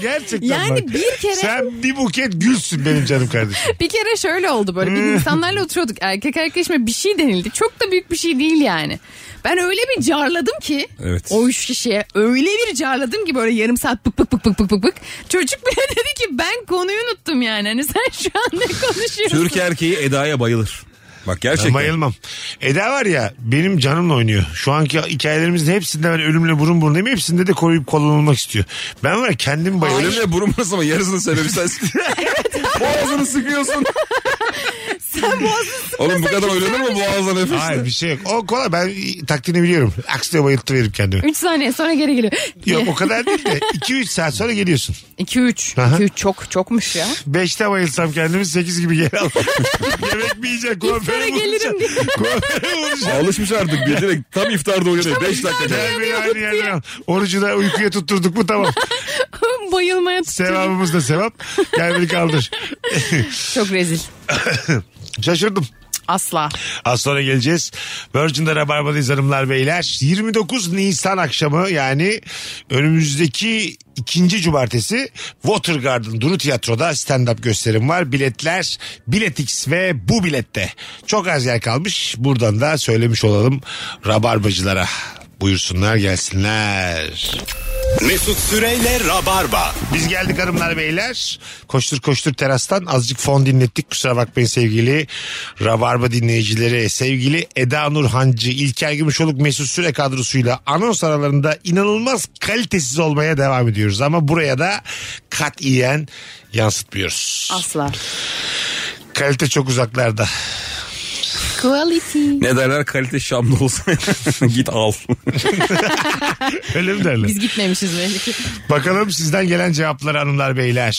S4: Gerçekten
S6: Yani
S4: bak.
S6: bir kere-
S4: Sen bir buket gülsün benim canım kardeşim.
S6: bir kere şöyle oldu böyle.
S5: Hmm.
S6: Bir insanlarla oturuyorduk. Erkek arkadaşıma bir şey denildi. Çok da büyük bir şey değil yani. Ben öyle bir carladım ki
S5: Evet.
S6: o üç kişiye öyle bir carladım ki böyle yarım saat pık pık pık pık pık pık pık. Çocuk bile dedi ki ben konuyu unuttum yani. Hani sen şu an ne konuşuyorsun?
S5: Türk erkeği Eda'ya bayılır. Bak gerçekten.
S4: Ben bayılmam. Eda var ya benim canımla oynuyor. Şu anki hikayelerimizin hepsinde ben ölümle burun burunayım. Hepsinde de koruyup kullanılmak istiyor. Ben var ya kendim bayılıyorum.
S5: Ölümle burun burası ama yarısının sebebi sensin. Boğazını sıkıyorsun.
S6: Sen boğazını
S5: Oğlum bu kadar oynanır mı boğazla nefes?
S4: Hayır bir şey yok. O kolay ben taktiğini biliyorum. Aksine bayılttı veririm kendimi.
S6: 3 saniye sonra geri geliyor.
S4: Yok o kadar değil de 2-3 saat sonra geliyorsun.
S6: 2-3.
S4: Aha.
S6: 2-3 çok çokmuş ya.
S4: 5'te bayılsam kendimi 8 gibi geri al. Yemek mi yiyeceksin? Kuaföre mi
S6: gelirim diye.
S4: vuracaksın? Kuaföre mi vuracaksın?
S5: Alışmış artık bir direkt tam iftarda uyanıyor. 5 dakika.
S4: Gel beni aynı yerden al. Orucu da uykuya tutturduk mu tamam.
S6: Bayılmaya tutuyor.
S4: Sevabımız da sevap. Gel beni kaldır.
S6: Çok rezil.
S4: Şaşırdım.
S6: Asla.
S4: Az sonra geleceğiz. Virgin'de Rabarba'dayız hanımlar beyler. 29 Nisan akşamı yani önümüzdeki ikinci cumartesi Watergarden Duru Tiyatro'da stand-up gösterim var. Biletler Biletix ve bu bilette. Çok az yer kalmış. Buradan da söylemiş olalım Rabarbacılara. Buyursunlar gelsinler.
S3: Mesut Süreyle Rabarba.
S4: Biz geldik hanımlar beyler. Koştur koştur terastan azıcık fon dinlettik. Kusura bakmayın sevgili Rabarba dinleyicileri. Sevgili Eda Nurhancı, İlker Gümüşoluk, Mesut Süre kadrosuyla anons aralarında inanılmaz kalitesiz olmaya devam ediyoruz. Ama buraya da katiyen yansıtmıyoruz.
S6: Asla.
S4: Kalite çok uzaklarda.
S6: Quality.
S5: Ne derler kalite Şam'da olsa git al.
S4: Öyle mi derler?
S6: Biz gitmemişiz belli ki.
S4: Bakalım sizden gelen cevapları hanımlar beyler.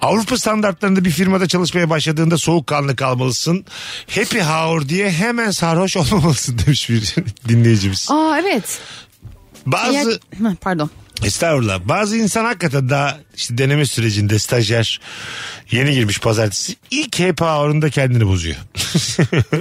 S4: Avrupa standartlarında bir firmada çalışmaya başladığında soğukkanlı kalmalısın. Happy hour diye hemen sarhoş olmamalısın demiş bir dinleyicimiz.
S6: Aa evet.
S4: Bazı
S6: Ya- Heh, Pardon.
S4: Estağfurullah. Bazı insan hakikaten daha işte deneme sürecinde stajyer yeni girmiş pazartesi. ilk happy hour'unda kendini bozuyor.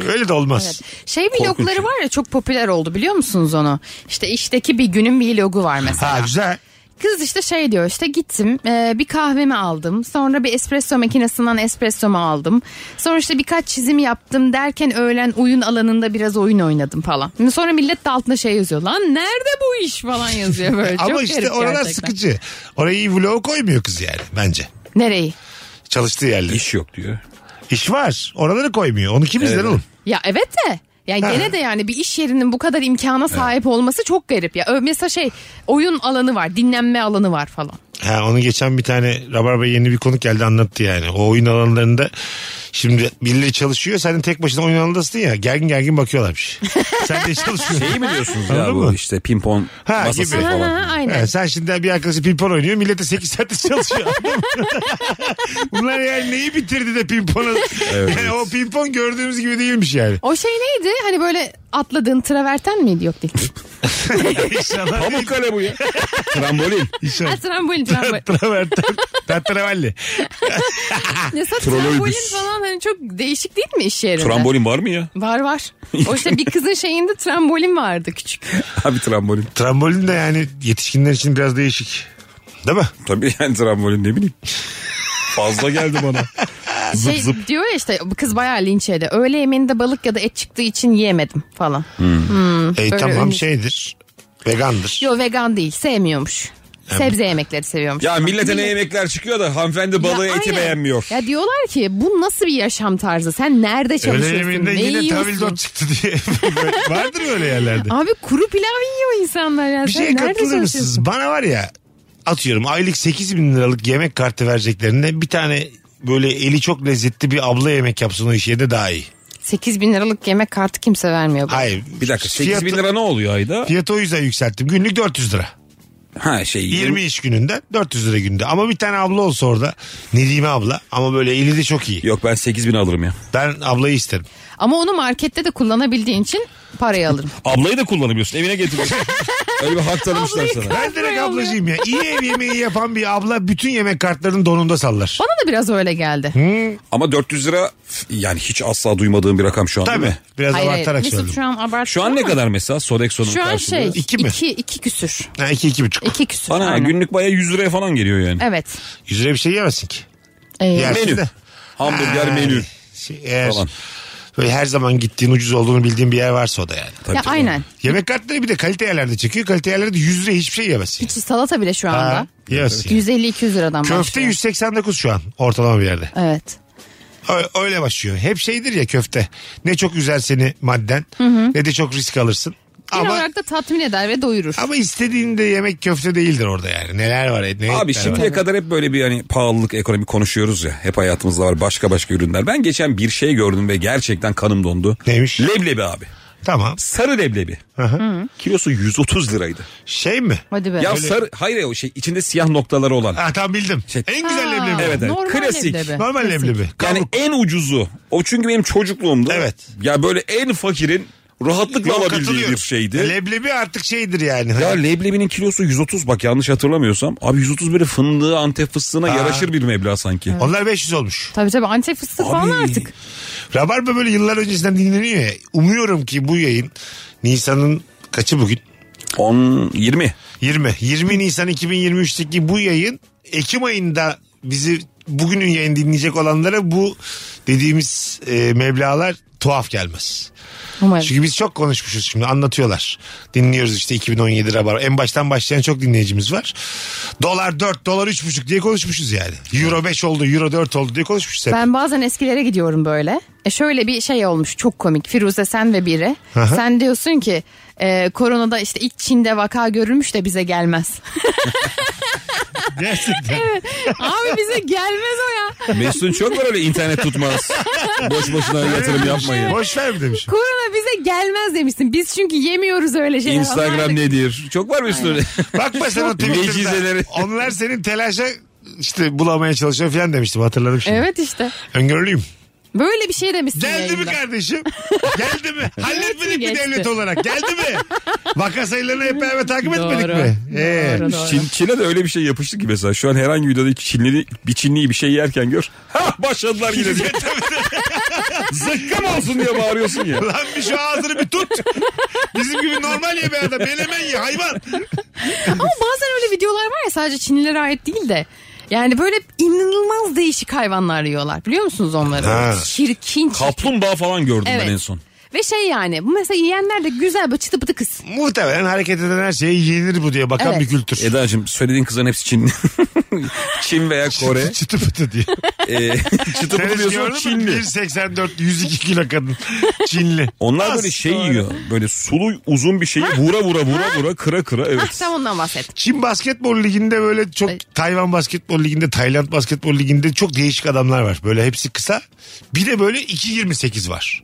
S4: Öyle de olmaz.
S6: Evet. Şey vlogları var ya çok popüler oldu biliyor musunuz onu? İşte işteki bir günün bir vlogu var mesela.
S4: Ha güzel.
S6: Kız işte şey diyor işte gittim e, bir kahvemi aldım sonra bir espresso makinesinden espressomu aldım sonra işte birkaç çizim yaptım derken öğlen oyun alanında biraz oyun oynadım falan. Sonra millet de altına şey yazıyor lan nerede bu iş falan yazıyor böyle
S4: Ama
S6: çok
S4: işte
S6: garip
S4: oralar
S6: gerçekten.
S4: sıkıcı. Orayı iyi vlog koymuyor kız yani bence.
S6: Nereyi?
S4: Çalıştığı yerleri.
S5: İş yok diyor.
S4: İş var. Oraları koymuyor. Onu kim izler oğlum?
S6: Ya evet de yani
S4: Ha.
S6: gene de yani bir iş yerinin bu kadar imkana sahip olması çok garip ya. Ö- Mesela şey oyun alanı var dinlenme alanı var falan.
S4: Ha, onu geçen bir tane Rabarba yeni bir konuk geldi anlattı yani. O oyun alanlarında şimdi birileri çalışıyor. Sen de tek başına oyun alanındasın ya. Gergin gergin bakıyorlarmış. sen de çalışıyorsun.
S5: Neyi mi diyorsunuz ya
S4: Anladın
S5: bu
S4: mı?
S5: işte pimpon
S4: Ha,
S5: masası
S4: gibi.
S6: Ha,
S5: falan.
S6: ha, aynen.
S4: Ha, sen şimdi bir arkadaşı pimpon oynuyor. Millete 8 saatte çalışıyor. Anladın mı? Bunlar yani neyi bitirdi de pimponu? yani o pimpon gördüğümüz gibi değilmiş yani.
S6: O şey neydi? Hani böyle atladığın traverten miydi? Yok değil.
S4: İnşallah.
S5: Pamukkale bu ya. Trambolin.
S6: ha, trambolin, trambolin.
S4: Traverten. Tatravalli.
S6: Ya sen
S5: Trolleybüs.
S6: trambolin falan hani çok değişik değil mi iş yerinde?
S5: Trambolin var mı ya?
S6: Var var. O işte bir kızın şeyinde trambolin vardı küçük.
S5: Abi trambolin.
S4: Trambolin de yani yetişkinler için biraz değişik. Değil mi?
S5: Tabii yani trambolin ne bileyim. Fazla geldi bana.
S6: Şey diyor ya işte bu kız bayağı linç yedi. Öğle yemeğinde balık ya da et çıktığı için yiyemedim falan.
S4: E,
S6: Öyle
S4: tamam
S6: önümüz-
S4: şeydir. Vegandır.
S6: Yo vegan değil sevmiyormuş. Sebze yemekleri seviyormuş.
S5: Ya millete ne
S6: Millet-
S5: yemekler çıkıyor da hanımefendi balığı
S6: Ya
S5: eti
S6: aynen.
S5: beğenmiyor.
S6: Ya diyorlar ki bu nasıl bir yaşam tarzı? Sen nerede
S4: Öğle
S6: çalışıyorsun?
S4: yemeğinde
S6: ne
S4: yine
S6: yiyorsun?
S4: tavildot çıktı diye. Böyle- Vardır öyle yerlerde.
S6: Abi kuru pilav yiyor insanlar ya.
S4: Bir
S6: Sen
S4: şeye
S6: nerede
S4: katılır
S6: çalışıyorsun?
S4: mısınız? Bana var ya atıyorum aylık 8 bin liralık yemek kartı vereceklerine bir tane böyle eli çok lezzetli bir abla yemek yapsın o iş yerinde daha iyi.
S6: 8 bin liralık yemek kartı kimse vermiyor. bana.
S4: Hayır.
S5: Bir dakika 8
S4: Fiyatı-
S5: bin lira ne oluyor ayda?
S4: Fiyatı o yüzden yükselttim. Günlük 400 lira.
S5: Ha şey
S4: 20 iş gününde 400 lira günde. Ama bir tane abla olsa orada Nedime abla ama böyle eli de çok iyi.
S5: Yok ben 8 bin alırım ya.
S4: Ben ablayı isterim.
S6: Ama onu markette de kullanabildiğin için parayı alırım.
S5: Ablayı da kullanabiliyorsun evine getiriyorsun. Öyle bir hak tanımışlar
S6: Ablayı
S5: sana.
S6: kal-
S4: Ben direkt
S6: Oluyor.
S4: ablacıyım ya. İyi ev yemeği yapan bir abla bütün yemek kartlarının donunda sallar.
S6: Bana da biraz öyle geldi.
S5: Ama 400 lira f- yani hiç asla duymadığım bir rakam şu an değil
S4: Tabii.
S5: mi?
S4: Biraz
S6: Hayır, hayır.
S4: abartarak
S6: Mesut
S4: söyledim.
S6: şu an abartıyor
S5: Şu an ne
S6: ama-
S5: kadar mesela Sodexo'nun
S6: Şu an
S5: karşılığı?
S6: şey
S4: İki mi?
S6: iki, iki küsür.
S4: Ha, iki, iki buçuk.
S6: İki küsür.
S5: Bana
S6: aynen.
S5: günlük baya 100 liraya falan geliyor yani.
S6: Evet.
S4: Yüz liraya bir şey yemezsin ki.
S6: Ee,
S4: Yersin
S5: Menü.
S4: de.
S5: Hamburger
S4: Ha,
S5: menü.
S4: Şey, eğer
S5: Falan.
S4: böyle her zaman gittiğin ucuz olduğunu bildiğin bir yer varsa o da yani.
S5: Tabii
S6: ya
S5: tabii.
S6: aynen.
S4: Yemek kartları bir de kalite yerlerde çekiyor. Kalite yerlerde 100 liraya hiçbir şey yemezsin.
S6: Hiç salata bile şu anda.
S4: Ha, yemezsin.
S6: 150-200 liradan
S4: Köfte
S6: başlıyor.
S4: 189 şu an ortalama bir yerde.
S6: Evet.
S4: Ö- Öyle başlıyor. Hep şeydir ya köfte. Ne çok üzer seni madden ne de çok risk alırsın.
S6: Genel
S4: Ama
S6: olarak da tatmin eder ve doyurur.
S4: ama istediğinde yemek köfte değildir orada yani. Neler var? Ne etler
S5: Abi şimdiye
S4: var.
S5: kadar hep böyle bir hani pahalılık ekonomi konuşuyoruz ya. Hep hayatımızda var başka başka ürünler. Ben geçen bir şey gördüm ve gerçekten kanım dondu.
S4: Neymiş?
S5: Leblebi abi.
S4: Tamam.
S5: Sarı leblebi. Kilosu 130 liraydı.
S4: Şey mi?
S6: Hadi be.
S5: Ya sarı hayır ya o şey içinde siyah noktaları olan.
S4: Ha tam bildim.
S5: Şey-
S4: En güzel
S6: Ha,
S4: leblebi.
S5: Evet, evet.
S6: normal
S5: Klasik.
S6: leblebi.
S4: Normal
S6: Klasik.
S4: leblebi.
S5: Yani
S4: Kavruk.
S5: en ucuzu. O çünkü benim çocukluğumda.
S4: Evet.
S5: Ya böyle en fakirin rahatlıkla
S4: Yok,
S5: alabildiği
S4: katılıyorum.
S5: bir şeydi.
S4: Leblebi artık şeydir yani. Hani
S5: ya leblebinin kilosu 130 bak yanlış hatırlamıyorsam. Abi 130 böyle fındığı Antep fıstığına
S4: Ha.
S5: yaraşır bir meblağ sanki.
S4: Onlar 500 olmuş.
S6: Tabii tabii antep fıstığı falan
S5: Abi.
S6: artık.
S4: Rabarba böyle yıllar öncesinden dinleniyor ya. Umuyorum ki bu yayın Nisan'ın kaçı bugün?
S5: 10 20.
S4: 20. 20 Nisan 2023'teki bu yayın Ekim ayında bizi bugünün yayını dinleyecek olanlara bu dediğimiz e, meblalar tuhaf gelmez.
S6: Umarım.
S4: Çünkü biz çok konuşmuşuz şimdi anlatıyorlar. Dinliyoruz işte 2017 rabar. En baştan başlayan çok dinleyicimiz var. Dolar 4, dolar 3,5 diye konuşmuşuz yani. Euro 5 oldu, euro 4 oldu diye konuşmuşuz hep.
S6: Ben bazen eskilere gidiyorum böyle. E şöyle bir şey olmuş çok komik. Firuze sen ve biri.
S4: Aha.
S6: Sen diyorsun ki e, koronada işte ilk Çin'de vaka görülmüş de bize gelmez.
S4: Gerçekten.
S6: Abi bize gelmez o ya.
S5: Mesut'un çok var öyle internet tutmaz. Boş boşuna
S4: şey
S5: yatırım yapmayın.
S4: Boş ver mi demişim.
S6: Korona bize gelmez demişsin. Biz çünkü yemiyoruz öyle şeyler. Onlar da-
S5: Instagram nedir? Çok var Mesut'un öyle.
S4: Bakma sen o Twitter'da.
S5: Mecizeleri.
S4: Onlar senin telaşa işte bulamaya çalışıyor falan demiştim hatırladım şimdi.
S6: Evet işte.
S4: Öngörülüyüm.
S6: Böyle bir şey demişsin.
S4: Geldi mi
S6: yayında.
S4: kardeşim? Geldi mi? Halletmedik mi
S6: Geçti.
S4: devlet olarak? Geldi mi? Vaka sayılarını hep beraber takip etmedik
S6: Doğru.
S4: mi? Ee,
S6: Doğru, doğru.
S5: Çin, Çin'e de öyle bir şey yapıştı ki mesela. Şu an herhangi bir videoda iki Çinli, bir Çinliyi bir şey yerken gör. Ha başladılar yine diye. Zıkkım olsun diye bağırıyorsun ya.
S4: Lan bir şu ağzını bir tut. Bizim gibi normal ye be adam. Belemen ye hayvan.
S6: Ama bazen öyle videolar var ya sadece Çinlilere ait değil de. Yani böyle inanılmaz değişik hayvanlar yiyorlar. Biliyor musunuz onları?
S4: Ha.
S6: Çirkin.
S5: Kaplumbağa falan gördüm
S6: Evet.
S5: ben en son.
S6: Ve şey yani bu mesela yiyenler de güzel böyle çıtı pıtı kız.
S4: Muhtemelen hareket eden her şeye yenir bu diye bakan
S6: Evet.
S4: bir kültür.
S5: Eda'cığım söylediğin kızların hepsi Çinli. Çin veya Kore.
S4: Çıtı pıtı diye.
S5: e, çıtı
S4: Sen
S5: pıtı
S4: hiç
S5: diyorsun
S4: gördün mü?
S5: Çinli.
S4: 1.84 102 kilo kadın. Çinli.
S5: Onlar böyle şey yiyor. Böyle sulu uzun bir şeyi vura vura vura vura kıra kıra
S6: Hah
S5: evet.
S6: sen Ah, ondan bahset.
S4: Çin basketbol liginde böyle çok
S6: Ay.
S4: Tayvan basketbol liginde Tayland basketbol liginde çok değişik adamlar var. Böyle hepsi kısa. Bir de böyle 2.28 var.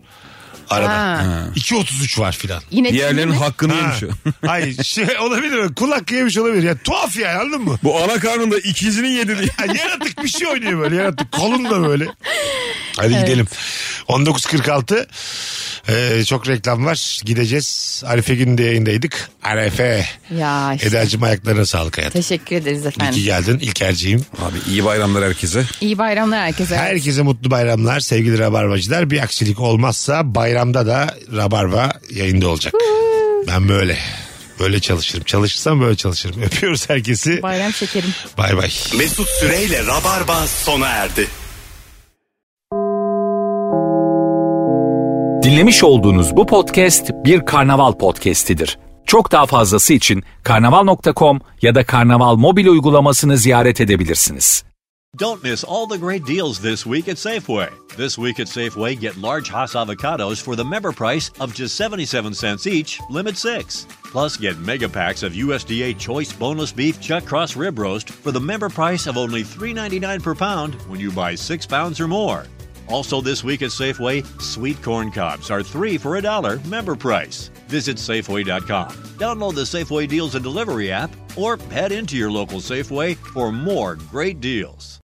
S4: Arada.
S6: Ha.
S4: 2.33 var filan.
S6: Yine
S5: Diğerlerinin
S6: Çinli mi?
S5: hakkını
S4: Ha.
S5: yemiş o.
S4: Hayır şey olabilir mi? Kulak yemiş olabilir. Ya tuhaf ya anladın mı?
S5: Bu ana karnında ikizini yedi diye.
S4: Ya yaratık bir şey oynuyor böyle yaratık. Kolun da böyle. Hadi gidelim. 19.46 Ee, çok reklam var. Gideceğiz. Arife gününde yayındaydık. Arife.
S6: Ya işte.
S4: Eda'cığım ayaklarına sağlık hayatım.
S6: Teşekkür ederiz
S4: İyi ki
S6: efendim.
S4: geldin İlker'ciğim.
S5: Abi iyi bayramlar herkese.
S6: İyi bayramlar herkese.
S4: Herkese mutlu bayramlar sevgili rabarbacılar. Bir aksilik olmazsa bayramda da rabarba yayında olacak. Ben böyle. Böyle çalışırım. Çalışırsam böyle çalışırım. Öpüyoruz herkesi.
S6: Bayram şekerim.
S4: Bay bay.
S3: Mesut Süreyle Rabarba sona erdi.
S2: Dinlemiş olduğunuz bu podcast bir karnaval podcastidir. Çok daha fazlası için karnaval.com ya da karnaval mobil uygulamasını ziyaret edebilirsiniz.
S1: Don't miss all the great deals this week at Safeway. This week at Safeway, get large Hass avocados for the member price of just 77 cents each, limit six. Plus, get mega packs of USDA Choice Boneless Beef Chuck Cross Rib Roast for the member price of only $3.99 per pound when you buy six pounds or more. Also, this week at Safeway, sweet corn cobs are three for a dollar member price. Visit Safeway.com, download the Safeway Deals and Delivery app, or head into your local Safeway for more great deals.